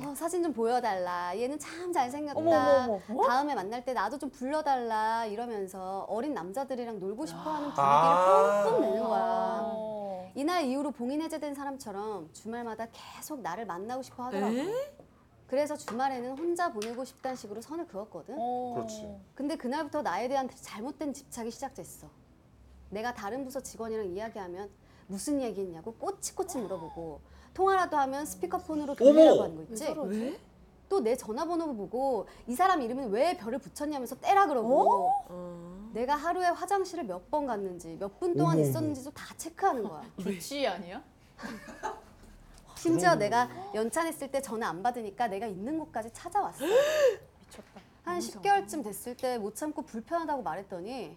[SPEAKER 7] 어머.
[SPEAKER 9] 어, 사진 좀 보여달라. 얘는 참 잘생겼다.
[SPEAKER 7] 어머, 어머, 뭐? 어머.
[SPEAKER 9] 다음에 만날 때 나도 좀 불러달라. 이러면서 어린 남자들이랑 놀고 싶어하는
[SPEAKER 2] 아.
[SPEAKER 9] 분위기를 뿜뿜 내는 거야.
[SPEAKER 7] 어.
[SPEAKER 9] 이날 이후로 봉인 해제된 사람처럼 주말마다 계속 나를 만나고 싶어 하더라고. 그래서 주말에는 혼자 보내고 싶다는 식으로 선을 그었거든.
[SPEAKER 1] 그렇지.
[SPEAKER 9] 근데 그날부터 나에 대한 잘못된 집착이 시작됐어. 내가 다른 부서 직원이랑 이야기하면 무슨 얘기했냐고 꼬치꼬치 물어보고 통화라도 하면 스피커폰으로 돌리라고 하는 거 있지? 왜? 또 내 전화번호 보고 이 사람 이름은 왜 별을 붙였냐면서 떼라 그러고 내가 하루에 화장실을 몇 번 갔는지 몇 분 동안 있었는지도 다 체크하는 거야.
[SPEAKER 3] 조치 아니야?
[SPEAKER 9] 심지어 내가 연차 냈을 때 전화 안 받으니까 내가 있는 곳까지 찾아왔어. 한 10개월쯤 됐을 때 못 참고 불편하다고 말했더니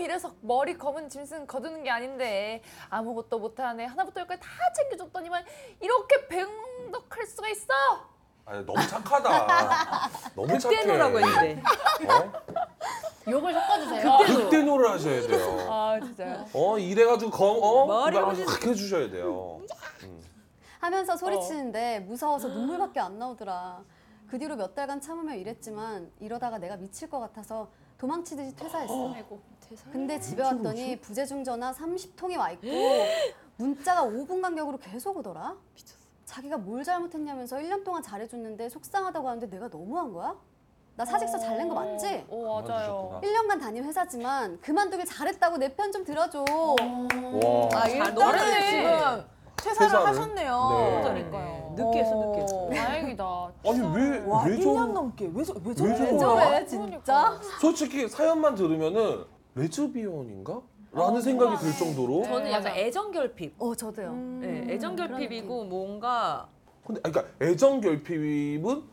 [SPEAKER 6] 이래서 머리 검은 짐승 거두는 게 아닌데 아무것도 못하네 하나부터 열까지 다 챙겨줬더니만 이렇게 배웅덕할 수가 있어?
[SPEAKER 2] 아니, 너무 착하다. 너무 착해.
[SPEAKER 4] 그때 노라고 했는데.
[SPEAKER 2] 어?
[SPEAKER 3] 욕을 섞어주세요.
[SPEAKER 2] 그때 노를 하셔야 돼요.
[SPEAKER 6] 아 진짜요?
[SPEAKER 2] 어 이래가지고 검 어?
[SPEAKER 4] 머리
[SPEAKER 2] 막
[SPEAKER 4] 부러지지.
[SPEAKER 2] 확 해주셔야 돼요.
[SPEAKER 9] 하면서 소리치는데 무서워서 눈물밖에 안 나오더라. 그 뒤로 몇 달간 참으며 일했지만 이러다가 내가 미칠 것 같아서 도망치듯이 퇴사했어.
[SPEAKER 3] 아이고.
[SPEAKER 9] 근데 집에 왔더니 부재중 전화 30통이 와 있고 문자가 5분 간격으로 계속 오더라. 자기가 뭘 잘못했냐면서 1년 동안 잘해줬는데 속상하다고 하는데 내가 너무한 거야? 나 사직서 잘 낸 거 맞지?
[SPEAKER 4] 어.
[SPEAKER 6] 오 맞아요.
[SPEAKER 2] 도와주셨구나.
[SPEAKER 9] 1년간 다닌 회사지만 그만두길 잘했다고 내 편 좀 들어줘.
[SPEAKER 2] 와.
[SPEAKER 7] 아,
[SPEAKER 4] 노래네.
[SPEAKER 7] 일단은 지금 퇴사를,
[SPEAKER 2] 퇴사를? 네.
[SPEAKER 7] 하셨네요.
[SPEAKER 4] 그러니까요. 늦게 했어, 늦게 했어.
[SPEAKER 6] 오, 다행이다.
[SPEAKER 2] 아니 왜왜
[SPEAKER 7] 와, 1년
[SPEAKER 2] 저래?
[SPEAKER 7] 넘게. 왜, 저, 왜
[SPEAKER 2] 왜
[SPEAKER 7] 저래?
[SPEAKER 2] 저래?
[SPEAKER 9] 저래 진짜?
[SPEAKER 2] 솔직히 사연만 들으면은 레즈비언인가? 라는 생각이 들 정도로.
[SPEAKER 4] 네. 저는 약간
[SPEAKER 3] 맞아.
[SPEAKER 4] 애정 결핍.
[SPEAKER 9] 어 저도요.
[SPEAKER 6] 음,
[SPEAKER 4] 네, 애정 결핍이고 뭔가
[SPEAKER 2] 근데 아니, 그러니까 애정 결핍은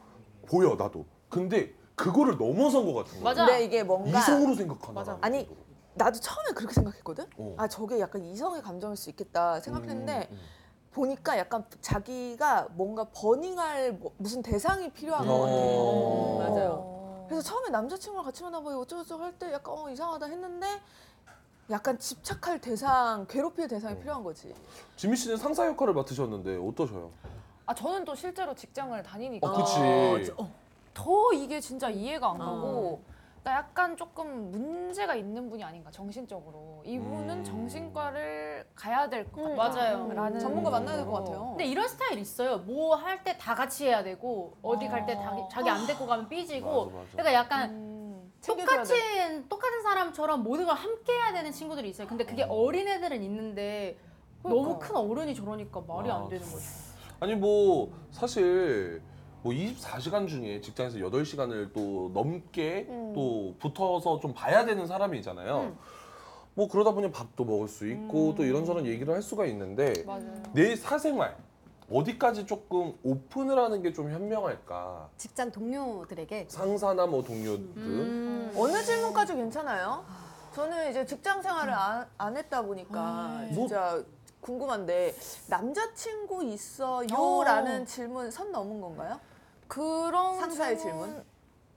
[SPEAKER 2] 보여 나도. 근데 그거를 넘어선 것 같은 거야.
[SPEAKER 3] 맞아.
[SPEAKER 7] 근데 이게 뭔가
[SPEAKER 2] 이성으로 생각하나?
[SPEAKER 7] 아니, 나도 처음에 그렇게 생각했거든.
[SPEAKER 2] 어.
[SPEAKER 7] 아 저게 약간 이성의 감정일 수 있겠다 생각했는데
[SPEAKER 2] 음,
[SPEAKER 7] 보니까 약간 자기가 뭔가 버닝할 뭐- 무슨 대상이 필요한 것
[SPEAKER 2] 어.
[SPEAKER 7] 같아요.
[SPEAKER 4] 맞아요.
[SPEAKER 7] 그래서 처음에 남자친구랑 같이 만나보고 어쩌고저쩌고 할 때 약간 어, 이상하다 했는데 약간 집착할 대상, 괴롭힐
[SPEAKER 2] 음.
[SPEAKER 7] 대상이 필요한 거지.
[SPEAKER 2] 지미 씨는 상사 역할을 맡으셨는데 어떠셔요?
[SPEAKER 6] 아 저는 또 실제로 직장을 다니니까 어,
[SPEAKER 2] 아, 그치.
[SPEAKER 6] 더 이게 진짜 이해가 안
[SPEAKER 4] 어.
[SPEAKER 6] 가고 나 약간 조금 문제가 있는 분이 아닌가 정신적으로 이분은
[SPEAKER 2] 음.
[SPEAKER 6] 정신과를 가야 될 것 같다.
[SPEAKER 3] 맞아요.
[SPEAKER 6] 라는
[SPEAKER 7] 전문가 만나야 될
[SPEAKER 6] 어.
[SPEAKER 7] 것 같아요.
[SPEAKER 3] 그러니까. 음. 근데 이런 스타일 있어요. 뭐 할 때 다 같이 해야 되고 어디 갈 때 자기 안 데리고 가면 삐지고
[SPEAKER 2] 맞아, 맞아.
[SPEAKER 3] 그러니까 약간
[SPEAKER 7] 음, 챙겨줘야 돼.
[SPEAKER 3] 똑같은 똑같은 사람처럼 모든 걸 함께 해야 되는 친구들이 있어요. 근데 그게 어린 애들은 있는데 너무 큰 어른이 저러니까 말이
[SPEAKER 2] 아,
[SPEAKER 3] 안 되는 거죠.
[SPEAKER 2] 아니 뭐 사실 뭐 24시간 중에 직장에서 8시간을 또 넘게
[SPEAKER 6] 음.
[SPEAKER 2] 또 붙어서 좀 봐야 되는 사람이잖아요. 뭐 그러다 보니 밥도 먹을 수 있고 또 이런저런 얘기를 할 수가 있는데
[SPEAKER 6] 음. 맞아요.
[SPEAKER 2] 내 사생활 어디까지 조금 오픈을 하는 게 좀 현명할까?
[SPEAKER 9] 직장 동료들에게
[SPEAKER 2] 상사나 뭐 동료들
[SPEAKER 6] 음.
[SPEAKER 7] 어느 질문까지 괜찮아요? 저는 이제 직장 생활을 안, 안 했다 보니까 진짜 궁금한데 남자친구
[SPEAKER 6] 어.
[SPEAKER 7] 있어요라는 질문 선 넘은 건가요?
[SPEAKER 6] 그런
[SPEAKER 7] 상사의
[SPEAKER 6] 질문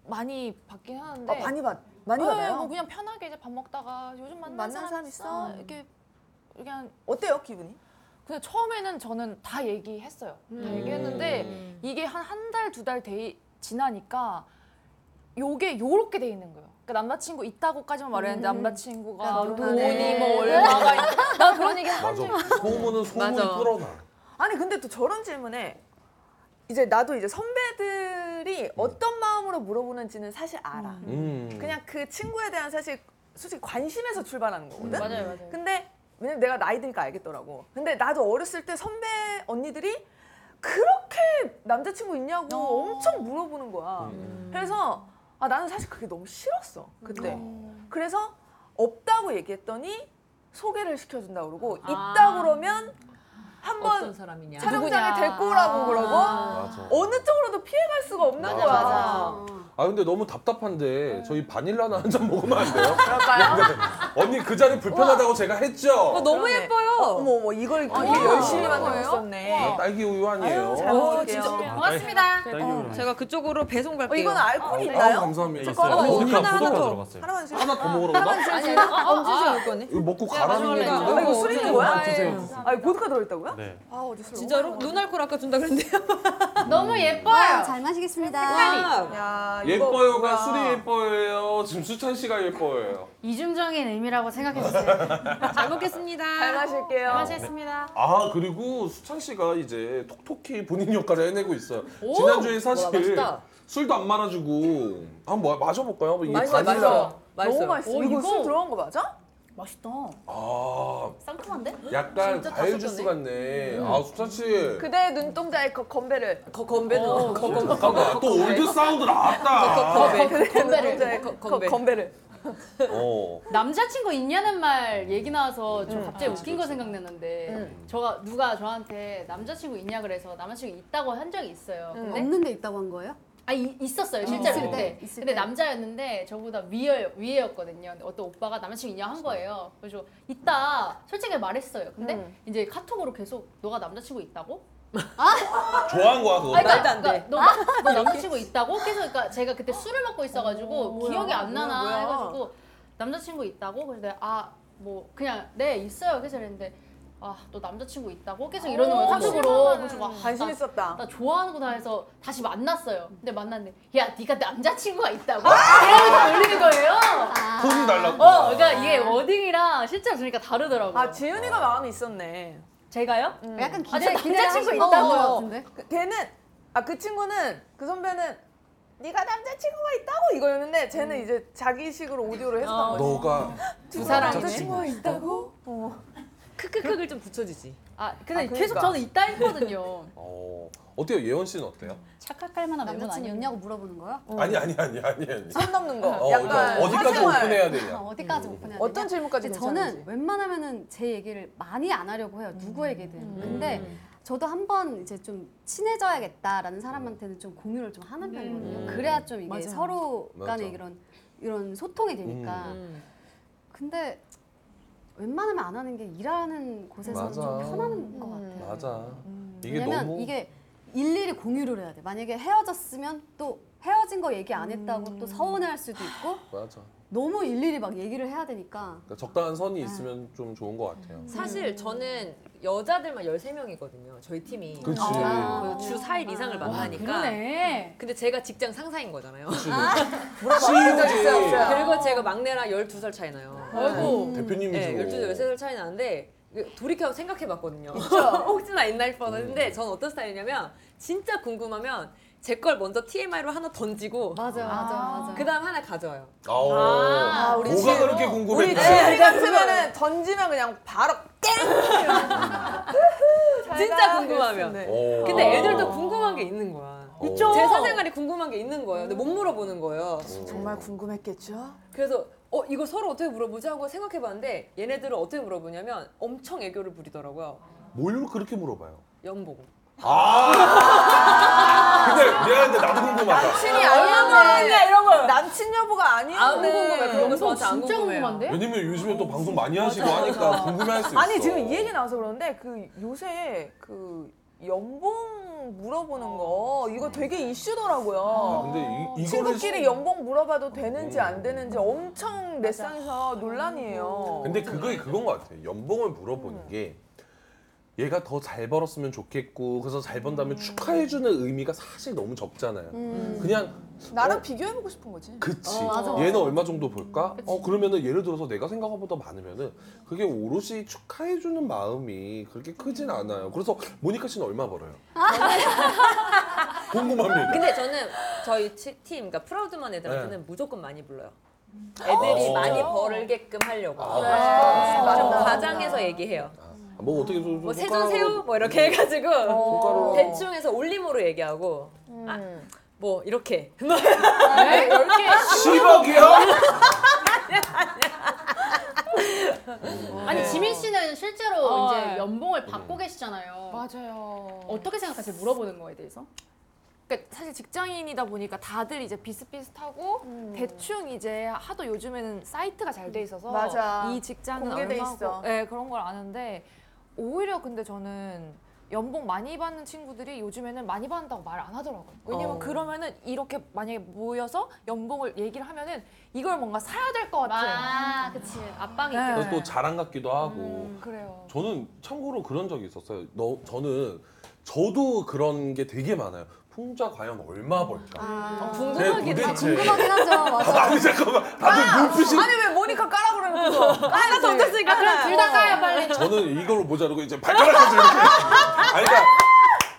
[SPEAKER 6] 많이 받긴 하는데
[SPEAKER 7] 어, 많이 받 많이
[SPEAKER 6] 네,
[SPEAKER 7] 받아요.
[SPEAKER 6] 뭐 그냥 편하게 이제 밥 먹다가 요즘 만난,
[SPEAKER 7] 만난 사람
[SPEAKER 6] 사람 있어?
[SPEAKER 7] 있어?
[SPEAKER 6] 이렇게 그냥
[SPEAKER 7] 어때요 기분이?
[SPEAKER 6] 그냥 처음에는 저는 다 얘기했어요. 다 얘기했는데 이게 한 한 달 두 달 지나니까 요게 요렇게 돼 있는 거예요. 그러니까 남자친구 있다고까지만 말했는데 남자친구가
[SPEAKER 9] 그러니까
[SPEAKER 6] 돈이
[SPEAKER 9] 결혼하네.
[SPEAKER 6] 음. 뭐 얼마가 있- 나 그런 얘기 한
[SPEAKER 2] 맞아 소문은 소문이
[SPEAKER 4] 맞아.
[SPEAKER 2] 불어나
[SPEAKER 7] 아니 근데 또 저런 질문에 이제 나도 이제 선배들이 어떤 마음으로 물어보는지는 사실 알아.
[SPEAKER 2] 음.
[SPEAKER 7] 그냥 그 친구에 대한 사실 솔직히 관심에서 출발하는 거거든.
[SPEAKER 3] 맞아요, 맞아요.
[SPEAKER 7] 근데 왜냐면 내가 나이 드니까 알겠더라고. 근데 나도 어렸을 때 선배 언니들이 그렇게 남자친구 있냐고 엄청 물어보는 거야. 그래서 아 나는 사실 그게 너무 싫었어 그때.
[SPEAKER 2] 네. 음.
[SPEAKER 7] 그래서 없다고 얘기했더니 소개를 시켜준다 그러고 있다 그러면
[SPEAKER 4] 어떤
[SPEAKER 6] 그
[SPEAKER 7] 한번
[SPEAKER 4] 사람이냐.
[SPEAKER 7] 촬영장에 데리고 오라고 그러고
[SPEAKER 2] 맞아.
[SPEAKER 7] 어느 쪽으로도 피해갈 수가 없는 거야.
[SPEAKER 2] 아 근데 너무 답답한데 저희 바닐라나 한 잔 먹으면 안 돼요? 그럴까요? 언니 그 자리 불편하다고 제가 했죠?
[SPEAKER 4] 너무
[SPEAKER 7] 그러네.
[SPEAKER 4] 예뻐요.
[SPEAKER 7] 어머 어머 아, 이걸 그렇게 열심히 만들고 있었네.
[SPEAKER 2] 네, 딸기 우유 아니에요?
[SPEAKER 7] 잘 먹을게요.
[SPEAKER 3] 네, 고맙습니다.
[SPEAKER 8] 딸기로
[SPEAKER 4] 제가 그쪽으로 배송 갈게요.
[SPEAKER 7] 어, 이거는 알코올이 있나요?
[SPEAKER 2] 아우 감사합니다.
[SPEAKER 8] 있어요. 보니까
[SPEAKER 4] 하나, 하나
[SPEAKER 8] 포도가
[SPEAKER 4] 더.
[SPEAKER 8] 들어갔어요.
[SPEAKER 7] 하나만 주세요.
[SPEAKER 2] 하나 더 먹으라고 나?
[SPEAKER 6] 아,
[SPEAKER 4] 아니, 아니, 엄지수 갈 거니?
[SPEAKER 2] 이거 먹고 가라는 얘기인데?
[SPEAKER 7] 아, 이거 술인 거야?
[SPEAKER 4] 아, 예.
[SPEAKER 7] 아, 보드카 들어있다고요?
[SPEAKER 8] 네.
[SPEAKER 7] 아 어디서
[SPEAKER 4] 진짜로? 눈 알콜 아까 준다 그랬는데요.
[SPEAKER 3] 네, 너무 예뻐요.
[SPEAKER 9] 와, 잘 마시겠습니다.
[SPEAKER 4] 와.
[SPEAKER 7] 야 이거
[SPEAKER 2] 예뻐요가
[SPEAKER 7] 뭐야.
[SPEAKER 2] 술이 예뻐요. 지금 수찬 씨가 예뻐요.
[SPEAKER 3] 이중적인 의미라고 생각해 주세요.
[SPEAKER 4] 잘 먹겠습니다.
[SPEAKER 7] 잘 마실게요.
[SPEAKER 3] 수고하셨습니다.
[SPEAKER 2] 아 그리고 수찬 씨가 이제 톡톡히 본인 역할을 해내고 있어요. 지난주에 사실
[SPEAKER 4] 맛있다.
[SPEAKER 2] 술도 안 말아주고 한번 마- 마셔볼까요? 한번 이게
[SPEAKER 4] 네. 맛있어요,
[SPEAKER 2] 바닐라-
[SPEAKER 4] 맛있어요.
[SPEAKER 7] 너무
[SPEAKER 4] 맛있어요.
[SPEAKER 7] 맛있어.
[SPEAKER 3] 오,
[SPEAKER 7] 이거
[SPEAKER 3] 이거?
[SPEAKER 7] 술 들어간 거 맞아?
[SPEAKER 3] 맛있다.
[SPEAKER 2] 아
[SPEAKER 3] 상큼한데?
[SPEAKER 2] 약간
[SPEAKER 3] 진짜 다
[SPEAKER 2] 과일 주스 같네. 아 수찬 씨.
[SPEAKER 7] 그대 눈동자에 거, 건배를.
[SPEAKER 4] 거-
[SPEAKER 6] 어,
[SPEAKER 4] 건배도. 거- 거- 거-
[SPEAKER 2] 잠깐만 또 올드 사운드 나왔다.
[SPEAKER 4] 아. 건배.
[SPEAKER 7] 건배를. 거, 거,
[SPEAKER 4] 건배.
[SPEAKER 7] 건배를.
[SPEAKER 2] 어.
[SPEAKER 3] 남자친구 있냐는 말 얘기 나와서 좀 갑자기 웃긴 거 생각났는데 저가 누가 저한테 남자친구 있냐 그래서 남자친구 있다고 한 적이 있어요. 근데
[SPEAKER 9] 없는데 음. 있다고 한 거예요?
[SPEAKER 3] 아 이- 있었어요 실제로
[SPEAKER 9] 있을
[SPEAKER 3] 그때
[SPEAKER 9] 때, 있을
[SPEAKER 3] 근데
[SPEAKER 9] 때.
[SPEAKER 3] 남자였는데 저보다 위에 위에였거든요 근데 어떤 오빠가 남자친구 있냐 한 거예요 그래서 있다 솔직히 말했어요 근데 이제 카톡으로 계속 너가 남자친구 있다고
[SPEAKER 2] 좋아한 거야 그거.
[SPEAKER 3] 아니, 그러니까
[SPEAKER 4] 말도 안 돼.
[SPEAKER 3] 너, 너 남자친구 있다고 계속 그러니까 제가 그때 술을 먹고 있어가지고 기억이 안 나나
[SPEAKER 7] 뭐야, 뭐야.
[SPEAKER 3] 해가지고 남자친구 있다고 그래서 내가 아뭐 그냥 네 있어요 그래서 그랬는데 아 너 남자친구 있다고 계속 이러는 거예요
[SPEAKER 7] 음.
[SPEAKER 3] 카톡으로 그래서
[SPEAKER 7] 어, 관심 있었다.
[SPEAKER 3] 나 좋아하는구나 해서 다시 만났어요. 근데 만났는데 야 네가 남자친구가 있다고 이러면서 올리는 거예요.
[SPEAKER 2] 돈 달라고.
[SPEAKER 3] 어, 그러니까 이게 워딩이랑 실제로 보니까 다르더라고요.
[SPEAKER 7] 아 지윤이가 마음이 있었네.
[SPEAKER 3] 제가요?
[SPEAKER 9] 그러니까 약간
[SPEAKER 3] 아,
[SPEAKER 9] 기대
[SPEAKER 3] 제 남자친구
[SPEAKER 9] 기대하고
[SPEAKER 3] 있다고요.
[SPEAKER 9] 있는 것 같은데.
[SPEAKER 7] 그- 걔는 아 그 친구는 그 선배는 네가 남자친구가 있다고 이거였는데 쟤는 이제 자기식으로 오디오를 해서 어.
[SPEAKER 2] 너가
[SPEAKER 7] 두
[SPEAKER 4] 사람이네.
[SPEAKER 7] 남자친구가 있다고? 어.
[SPEAKER 4] 크크크를 좀 붙여주지.
[SPEAKER 3] 아 근데
[SPEAKER 7] 아,
[SPEAKER 3] 계속
[SPEAKER 7] 그러니까.
[SPEAKER 3] 저는 있다 했거든요.
[SPEAKER 2] 어 어때요 예원 씨는 어때요?
[SPEAKER 3] 착각할 만한 외모는
[SPEAKER 9] 남자친구
[SPEAKER 3] 아니었냐?
[SPEAKER 9] 있냐고 물어보는 거요?
[SPEAKER 2] 아니 아니 아니 아니 아니.
[SPEAKER 7] 손 넘는 거.
[SPEAKER 2] 어,
[SPEAKER 7] 약간
[SPEAKER 2] 그러니까 어디까지
[SPEAKER 7] 사생활.
[SPEAKER 2] 오픈해야
[SPEAKER 9] 아,
[SPEAKER 2] 되냐?
[SPEAKER 9] 어디까지 오픈해야 되냐?
[SPEAKER 7] 어떤 질문까지
[SPEAKER 9] 근데
[SPEAKER 7] 괜찮은지.
[SPEAKER 9] 저는 웬만하면은 제 얘기를 많이 안 하려고 해요. 누구에게든. 근데 저도 한 번 이제 좀 친해져야겠다라는 사람한테는 좀 공유를 좀 하는 편이거든요. 그래야 좀 이게 서로 간에
[SPEAKER 2] 맞아. 음.
[SPEAKER 9] 이런 이런 소통이 되니까. 근데 웬만하면 안 하는 게 일하는 곳에서는 좀
[SPEAKER 2] 맞아.
[SPEAKER 9] 편한 것 같아요.
[SPEAKER 2] 맞아. 이게
[SPEAKER 9] 왜냐면
[SPEAKER 2] 너무
[SPEAKER 9] 이게 일일이 공유를 해야 돼. 만약에 헤어졌으면 또 헤어진 거 얘기 안 했다고 또 서운해할 수도 있고
[SPEAKER 2] 맞아.
[SPEAKER 9] 너무 일일이 막 얘기를 해야 되니까
[SPEAKER 2] 그러니까 적당한 선이
[SPEAKER 7] 네.
[SPEAKER 2] 있으면 좀 좋은 것 같아요.
[SPEAKER 7] 음.
[SPEAKER 4] 사실 저는 여자들만 13명이거든요. 저희 팀이.
[SPEAKER 2] 그치.
[SPEAKER 7] 아.
[SPEAKER 4] 그주 4일 이상을 만나니까.
[SPEAKER 3] 그러네.
[SPEAKER 4] 근데 제가 직장 상사인 거잖아요.
[SPEAKER 2] 음. 시우지
[SPEAKER 4] 그리고 제가 막내랑 12살 차이 나요.
[SPEAKER 3] 아이고.
[SPEAKER 4] 네,
[SPEAKER 2] 음,
[SPEAKER 7] 음.
[SPEAKER 2] 대표님이시고.
[SPEAKER 4] 12살, 13살 차이 나는데 돌이켜 생각해 봤거든요. 혹시나 있날
[SPEAKER 7] 음.
[SPEAKER 4] 뻔했는데 저는 어떤 스타일이냐면 진짜 궁금하면 제 걸 먼저 TMI로 하나 던지고
[SPEAKER 9] 맞아 맞아 맞아.
[SPEAKER 4] 그다음 하나 가져와요.
[SPEAKER 2] 아오.
[SPEAKER 3] 아,
[SPEAKER 7] 우리
[SPEAKER 2] 뭐가
[SPEAKER 7] 지혜로.
[SPEAKER 2] 그렇게
[SPEAKER 7] 네. 우리
[SPEAKER 2] 궁금했지?
[SPEAKER 7] 지윤이가 있으면은 던지면 그냥 바로 땡!
[SPEAKER 4] 진짜 궁금하면.
[SPEAKER 7] 네.
[SPEAKER 2] 오.
[SPEAKER 7] 아.
[SPEAKER 4] 근데 애들도
[SPEAKER 2] 어.
[SPEAKER 4] 궁금한 게 있는 거야.
[SPEAKER 2] 오.
[SPEAKER 4] 제 사생활이 궁금한 게 있는 거예요. 근데 못 물어보는 거예요.
[SPEAKER 7] 정말 궁금했겠죠?
[SPEAKER 4] 그래서 어 이거 서로 어떻게 물어보지 하고 생각해 봤는데 얘네들은 어떻게 물어보냐면 엄청 애교를 부리더라고요.
[SPEAKER 2] 뭘 그렇게 물어봐요?
[SPEAKER 4] 연보고.
[SPEAKER 2] 아. 근데 미안한데 나도 궁금하다.
[SPEAKER 7] 남친이 네, 아니었네. 이런 거. 남친 여부가
[SPEAKER 4] 아, 네. 안
[SPEAKER 7] 아니었네.
[SPEAKER 4] 궁금해요. 그런 거 저한테 안
[SPEAKER 3] 진짜
[SPEAKER 4] 궁금해요.
[SPEAKER 3] 궁금한데?
[SPEAKER 2] 왜냐면 요즘에 또 방송 많이 하시고 하니까 궁금해할 수 있어.
[SPEAKER 7] 아니 지금 이 얘기 나와서 그러는데 그 요새 그 연봉 물어보는 거 이거 되게
[SPEAKER 2] 네. 아,
[SPEAKER 7] 이슈더라고요.
[SPEAKER 2] 근데 이, 이거를
[SPEAKER 7] 친구끼리
[SPEAKER 2] 시-
[SPEAKER 7] 연봉 물어봐도 되는지 안 되는지 엄청 넷상에서
[SPEAKER 4] 어,
[SPEAKER 7] 논란이에요.
[SPEAKER 2] 근데 그게 그건 것 같아요. 연봉을
[SPEAKER 4] 음.
[SPEAKER 2] 물어보는 게 얘가 더 잘 벌었으면 좋겠고 그래서 잘
[SPEAKER 4] 음.
[SPEAKER 2] 번다면 축하해주는 의미가 사실 너무 적잖아요. 그냥
[SPEAKER 7] 나랑 비교해보고 싶은 거지.
[SPEAKER 2] 그치.
[SPEAKER 9] 어, 맞아, 맞아.
[SPEAKER 2] 얘는 얼마 정도 벌까? 어 그러면은 예를 들어서 내가 생각한 보다 많으면은 그게 오롯이 축하해주는 마음이 그렇게 크진 않아요. 그래서 모니카 씨는 얼마 벌어요?
[SPEAKER 4] 아,
[SPEAKER 2] 궁금합니다.
[SPEAKER 4] 근데 저는 저희 치- 팀, 그러니까 프라우드먼 애들한테는
[SPEAKER 2] 네.
[SPEAKER 4] 무조건 많이 불러요.
[SPEAKER 2] 아,
[SPEAKER 4] 애들이
[SPEAKER 2] 진짜요?
[SPEAKER 4] 많이 벌게끔 하려고. 네.
[SPEAKER 7] 맞아.
[SPEAKER 4] 좀
[SPEAKER 7] 맞아.
[SPEAKER 4] 과장해서 얘기해요.
[SPEAKER 2] 아, 뭐 어떻게 좀-
[SPEAKER 4] 뭐
[SPEAKER 2] 좀
[SPEAKER 4] 세존 새우
[SPEAKER 2] 손가락으로- 어.
[SPEAKER 4] 뭐 이렇게 해가지고 어.
[SPEAKER 2] 손가락으로-
[SPEAKER 4] 대충해서 올림으로 얘기하고
[SPEAKER 7] 음.
[SPEAKER 4] 뭐 이렇게.
[SPEAKER 2] 10억이요?
[SPEAKER 3] 아니 지민 씨는 실제로
[SPEAKER 6] 어,
[SPEAKER 3] 이제
[SPEAKER 6] 네.
[SPEAKER 3] 연봉을 받고 계시잖아요.
[SPEAKER 6] 맞아요.
[SPEAKER 3] 어떻게 생각하세요? 물어보는 거에 대해서?
[SPEAKER 6] 그러니까 사실 직장인이다 보니까 다들 이제 비슷비슷하고
[SPEAKER 7] 음.
[SPEAKER 6] 대충 이제 하도 요즘에는 사이트가 잘 돼 있어서
[SPEAKER 7] 맞아.
[SPEAKER 6] 이 직장은
[SPEAKER 7] 공개돼
[SPEAKER 6] 얼마고 예,
[SPEAKER 7] 있어.
[SPEAKER 6] 네, 그런 걸 아는데 오히려 근데 저는 연봉 많이 받는 친구들이 요즘에는 많이 받는다고 말 안 하더라고요. 왜냐면
[SPEAKER 4] 어.
[SPEAKER 6] 그러면은 이렇게 만약에 모여서 연봉을 얘기를 하면은 이걸 뭔가 사야 될 것 같아요.
[SPEAKER 3] 아, 그치. 압박이
[SPEAKER 6] 네.
[SPEAKER 3] 있겠다.
[SPEAKER 2] 그래서 또 자랑 같기도 하고
[SPEAKER 6] 그래요.
[SPEAKER 2] 저는 참고로 그런 적이 있었어요. 너 저는 저도 그런 게 되게 많아요. 풍자 과연 얼마 벌까?
[SPEAKER 9] 아,
[SPEAKER 2] 궁금하긴
[SPEAKER 9] 아, 궁금하긴 하죠. 맞아.
[SPEAKER 2] 아니 잠깐만 다들 눈빛이
[SPEAKER 7] 아니 왜 모니카 까라 그러면서 하나 던졌으니까
[SPEAKER 3] 아, 그럼
[SPEAKER 6] 어.
[SPEAKER 7] 하나.
[SPEAKER 3] 둘 다 까요, 빨리.
[SPEAKER 6] 음.
[SPEAKER 2] 저는 이걸로 모자르고 이제 발가락까지 이렇게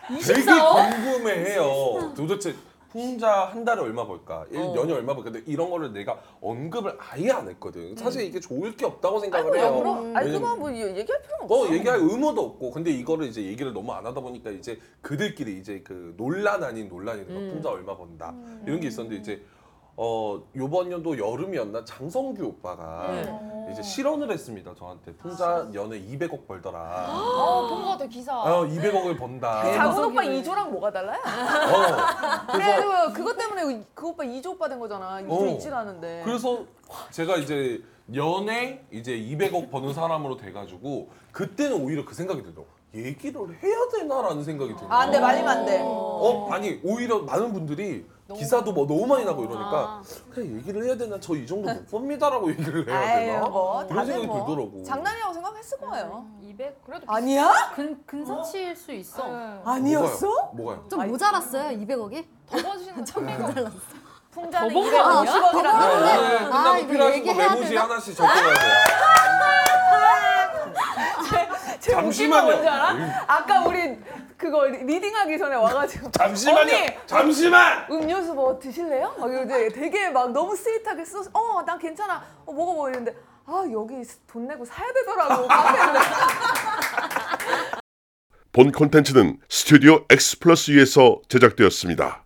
[SPEAKER 2] 아니 그러니까 되게 궁금해해요. 도대체 풍자 한 달에 얼마 벌까? 일 년에 얼마 벌까? 근데 이런 거를 내가 언급을 아예 안 했거든. 사실 이게 좋을 게 없다고 생각을 해요.
[SPEAKER 7] 물어. 아니
[SPEAKER 2] 왜냐면
[SPEAKER 7] 그만 뭐 얘기할 필요는 없어.
[SPEAKER 2] 어 얘기할 의무도 없고 근데 이거를 이제 얘기를 너무 안 하다 보니까 이제 그들끼리 이제 그 논란 아닌 논란이
[SPEAKER 6] 음.
[SPEAKER 2] 돼요. 풍자 얼마 번다 이런 게 있었는데 이제 어 요번 연도 여름이었나 장성규 오빠가
[SPEAKER 6] 네.
[SPEAKER 2] 이제 실언을 했습니다 저한테 풍자 연에 200억 벌더라
[SPEAKER 6] 어, 본것 아. 같아요, 기사. 그
[SPEAKER 2] 어 200억을 번다
[SPEAKER 7] 작은 오빠 이조랑 뭐가 달라요?
[SPEAKER 2] 어
[SPEAKER 6] 네,
[SPEAKER 2] 그래서
[SPEAKER 7] 그래 그것 때문에 그 오빠 이조 오빠 된 거잖아. 이조
[SPEAKER 2] 어.
[SPEAKER 7] 있질 않은데.
[SPEAKER 2] 그래서 제가 이제 연에 이제 200억 버는 사람으로 돼가지고 그때는 오히려 그 생각이 들더라고 얘기를 해야 되나라는 생각이 들더라고
[SPEAKER 7] 아, 안 돼, 말리면 안 돼.
[SPEAKER 2] 어 아니 오히려 많은 분들이 기사도 뭐 너무 많이 나고 이러니까 그냥 얘기를 해야 되나 저 이 정도 못 법니다라고 얘기를 해야 되나
[SPEAKER 7] 아유, 뭐,
[SPEAKER 2] 그런
[SPEAKER 7] 다들
[SPEAKER 2] 생각이
[SPEAKER 7] 뭐.
[SPEAKER 2] 들더라고
[SPEAKER 7] 장난이라고
[SPEAKER 6] 아,
[SPEAKER 7] 생각했을 거예요.
[SPEAKER 3] 200 그래도
[SPEAKER 7] 아니야?
[SPEAKER 3] 근 근사치일 수 있어.
[SPEAKER 6] 네.
[SPEAKER 7] 아니었어?
[SPEAKER 2] 뭐가요?
[SPEAKER 9] 좀 모자랐어요, 200억이?
[SPEAKER 6] 더 버주시는 거
[SPEAKER 9] 좀 모자랐어.
[SPEAKER 7] 풍자는
[SPEAKER 3] 더 먹어?
[SPEAKER 7] 아, 250억이라고.
[SPEAKER 2] 뭐가요? 네, 오늘 끝나고
[SPEAKER 9] 아, 이거
[SPEAKER 2] 필요하신 거
[SPEAKER 9] 얘기해야
[SPEAKER 2] 메모지
[SPEAKER 9] 되나?
[SPEAKER 2] 하나씩 적어야 돼요 잠시만요
[SPEAKER 7] 아까 우리 그거 리딩하기 전에 와가지고
[SPEAKER 2] 잠시만요
[SPEAKER 7] 언니!
[SPEAKER 2] 잠시만
[SPEAKER 7] 음료수 뭐 드실래요? 막 이러는데 되게 막 너무 스윗하게 써서 어, 난 괜찮아. 어, 먹어봐 이랬는데 아, 여기 돈 내고 사야 되더라고. 카페인데.
[SPEAKER 1] 본 콘텐츠는 스튜디오 X 플러스 위에서 제작되었습니다.